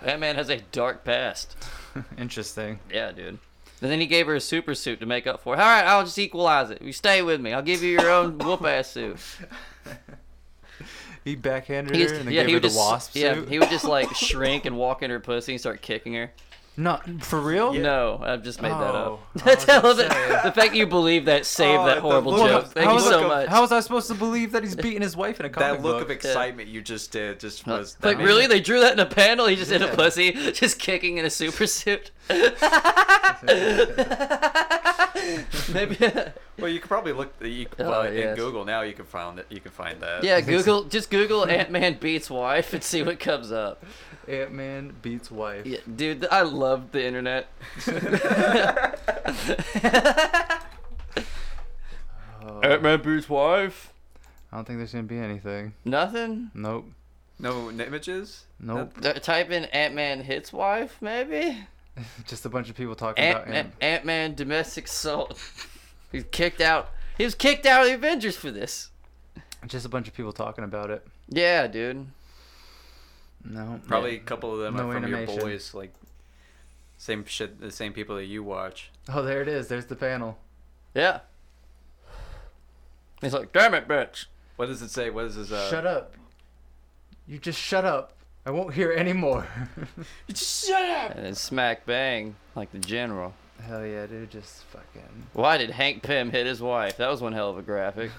That man has a dark past.
Interesting.
Yeah, dude. And then he gave her a super suit to make up for it. All right, I'll just equalize it. You stay with me. I'll give you your own whoop *laughs* ass suit.
He backhanded
He
her
was-
and then gave her the
just,
wasp
yeah,
suit.
he would just
*laughs*
like shrink and walk in her pussy and start kicking her.
No, for real?
No, I've just made
Oh,
that up. *laughs* That's I love it. The fact you believe that saved that horrible joke. Thank you so much.
How was I supposed to
*laughs*
believe that he's beating his wife in a comic
that look of
book?
excitement you just did just was
like
that-
really, they drew that in a panel. He just in
Yeah.
a pussy, *laughs* just kicking in a super
*laughs*
suit. *laughs* Maybe.
Well, you could probably look. You,
Oh,
well, in
yes.
Google now, you can find it. You can find
*laughs*
that.
Yeah, Google just Google Ant Man beats wife and see what comes up.
Ant Man beats wife.
Yeah, dude, th- I love
*laughs*
the internet. *laughs*
Ant Man beats wife.
I don't think there's gonna be anything.
Nothing.
Nope.
No images.
Nope.
Th- type in Ant Man hits wife, maybe.
Just a bunch of people talking about him.
Ant Ant Man domestic assault. *laughs* He's kicked out. He was kicked out of the Avengers for this.
Just a bunch of people talking about it.
Yeah, dude.
No.
Probably a couple of them
No
are from
animation.
your boys. Like same shit. The same people that you watch.
Oh, there it is. There's the panel.
Yeah. He's like, damn it, bitch.
What does it say? What is his? Uh,
shut up. You just shut up. I won't hear any *laughs* more.
Shut up. And then smack bang, like the general.
Hell yeah, dude. Just fucking.
Why did Hank Pym hit his wife? That was one hell of a *laughs* graphic.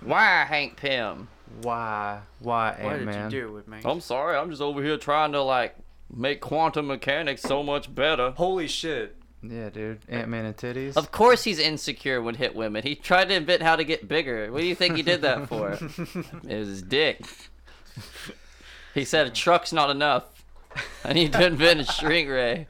Why Hank Pym?
Why? Why, Ant Man?
with me?
I'm sorry, I'm just over here trying to like make quantum mechanics so much better.
*laughs*
Holy shit!
Yeah, dude. Ant Man and titties.
Of course he's insecure when hit women. He tried to invent how to get bigger. What do you think he did that *laughs* for? it was his dick. He said a truck's not enough. I need to invent a shrink *laughs* ray.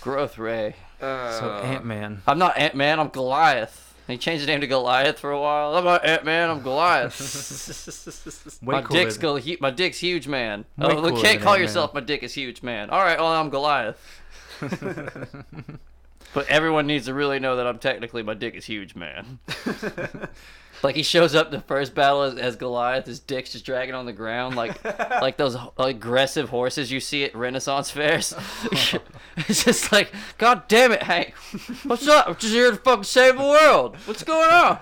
Growth ray.
So Ant Man.
I'm not Ant Man, I'm Goliath. He changed his name to Goliath for a while. I'm not Ant Man, I'm *laughs* Goliath.
Way
my
cooler
dick's
than-
go, hu- my dick's huge, man.
Way
oh,
cooler
you
than
can't call
Ant-Man.
yourself my dick is huge, man. All right, well I'm Goliath.
*laughs*
but everyone needs to really know that I'm technically my dick is huge,
*laughs*
man. like he shows up the first battle as, as Goliath, his dick's just dragging on the ground,
*laughs*
like like those h- aggressive horses you see at Renaissance fairs. *laughs* it's just like, God damn it, Hank, what's up? I'm just here to fucking save the world. What's going on?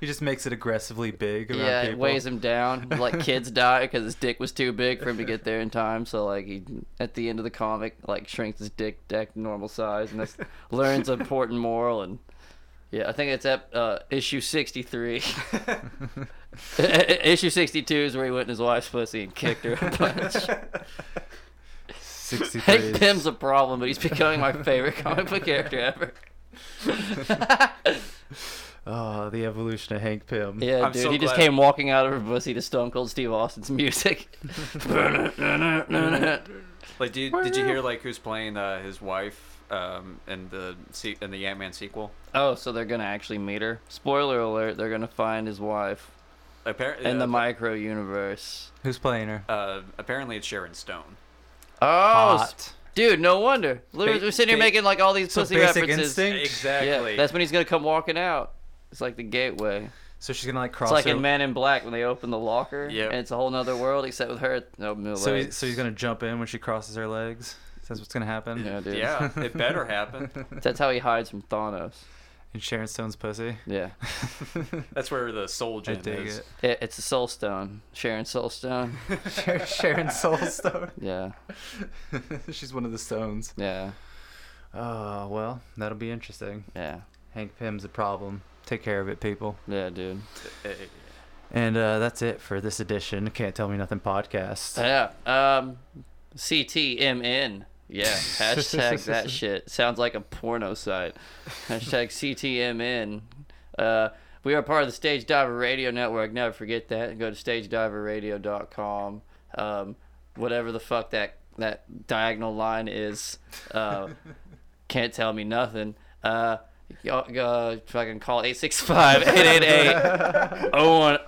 He just makes it aggressively big around
yeah,
people.
it weighs
*laughs*
him down. Like kids die because his dick was too big for him to get there in time. So like he, at the end of the comic, like shrinks his dick deck to normal size and
*laughs*
that's, learns an important moral. And yeah, I think it's at uh, issue sixty
*laughs*
three. *laughs* issue sixty two is where he went in his wife's pussy and kicked her
*laughs*
a bunch.
63.
Hank Pym's a problem, but he's becoming my favorite comic book character ever.
*laughs* Oh, the evolution of Hank Pym.
Yeah,
I'm
dude,
so
he just
glad-
came walking out of her pussy to Stone Cold Steve Austin's *laughs* music.
*laughs* Like, did you, did you hear like who's playing uh, his wife um, in the se- in the Ant Man sequel?
Oh, so they're gonna actually meet her. Spoiler alert: they're gonna find his wife
Apparently,
in the micro universe.
Who's playing her?
uh, apparently it's Sharon Stone.
Oh, s-
Hot.
dude, no wonder. Look,
Ba-
We're sitting here
ba-
making like all these
So
pussy
Basic
references.
Instinct.
Yeah, that's when he's gonna come walking out. It's like the gateway.
So she's gonna like cross.
It's like in
over-
Men in Black when they open the locker.
Yep.
And it's a whole nother world except with her. No, no
so
legs.
he's, so he's gonna jump in when she crosses her legs. That's what's gonna happen.
Yeah, dude.
That's *laughs*
That's how he hides from Thanos.
and Sharon Stone's pussy.
Yeah.
That's where the soul gem is.
It, it's a soul stone. Sharon Soulstone.
Sharon Soulstone.
Yeah.
*laughs* She's one of the stones.
Yeah.
Oh well, that'll be interesting.
Yeah.
Hank Pym's a problem. Take care of it, people.
Yeah, dude.
And uh, that's it for this edition. of Can't tell me nothing podcast.
Yeah. Um, CTMN. Yeah. Hashtag that shit. Sounds like a porno site. Hashtag CTMN. Uh, we are part of the Stage Diver Radio Network. Never forget that. Go to stagediverradio.com. Um, whatever the fuck that, that diagonal line is. Uh, can't tell me nothing. Uh, y'all, uh, fucking call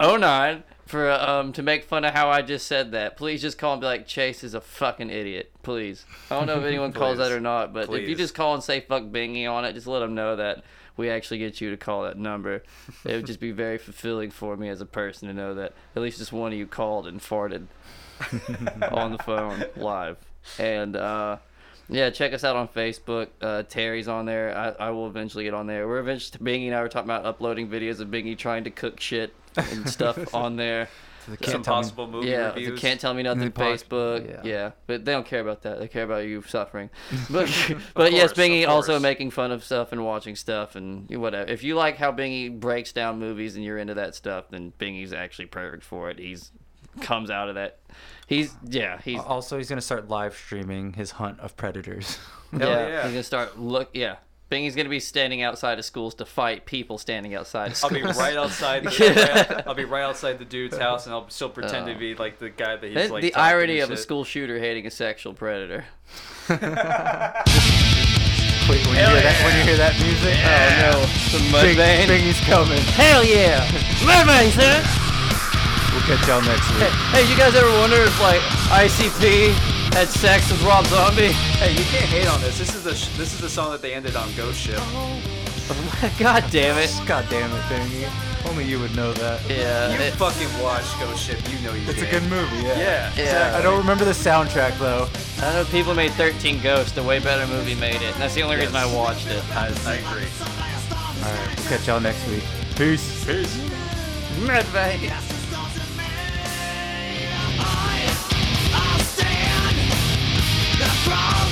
865-888-0109 for uh, um to make fun of how I just said that. Please just call and be like, Chase is a fucking idiot. Please. I don't know if
*laughs*
anyone calls that or not, but if you
Please.
just call and say fuck Bingy on it, just let them know that we actually get you to call that number. It would just be very fulfilling for me as a person to know that at least just one of you called and farted on the phone live. And uh, yeah, check us out on Facebook. Uh, Terry's on there. I, I will eventually get on there. We're eventually Bingy and I were talking about uploading videos of Bingy trying to cook shit and stuff on there.
The Can't Some Tell Me- possible movie
yeah,
reviews.
the can't tell me nothing
And the pod-
Facebook.
yeah.
Yeah. but they don't care about that. They care about you
*laughs*
suffering. But *laughs* but yes,
course,
Bingy
of
also
course.
making fun of stuff and watching stuff and whatever. If you like how Bingy breaks down movies and you're into that stuff, then Bingy's actually perfect for it. He's comes out of that. He's yeah. He's
also he's gonna start live streaming his hunt of predators. *laughs*
yeah, He's gonna start look. Yeah, Bingy's gonna be standing outside of schools to fight people standing outside of
I'll
schools.
*laughs* be
*laughs*
right outside. The, I'll be right outside the dude's house, and I'll still pretend to be like the guy that he's
That's
like.
Oh. the
talking to
irony
and
of a
shit.
school shooter hating a sexual
*laughs*
predator.
Wait, when you, hear that, when you hear that music, oh no,
the mud
Bing,
vein.
Bingy's coming.
Hell yeah! Mermaid, sir!
We'll catch y'all next week.
Hey, hey, you guys ever wonder if, like, ICP had sex with Rob Zombie? *laughs*
Hey, you can't hate on this. This is the sh- this is the song that they ended on Ghost Ship.
Oh. God damn it.
God damn it, Bingy. Only you would know that.
Yeah.
You fucking watched Ghost Ship. You know you.
It's a
did.
good movie, yeah.
Yeah.
I don't remember the soundtrack though.
I know people made 13 Ghosts, a way better movie made it. That's the only reason I watched it.
I, I agree.
All right, we'll catch y'all next week. Peace. Peace.
Mermaid.
The throne.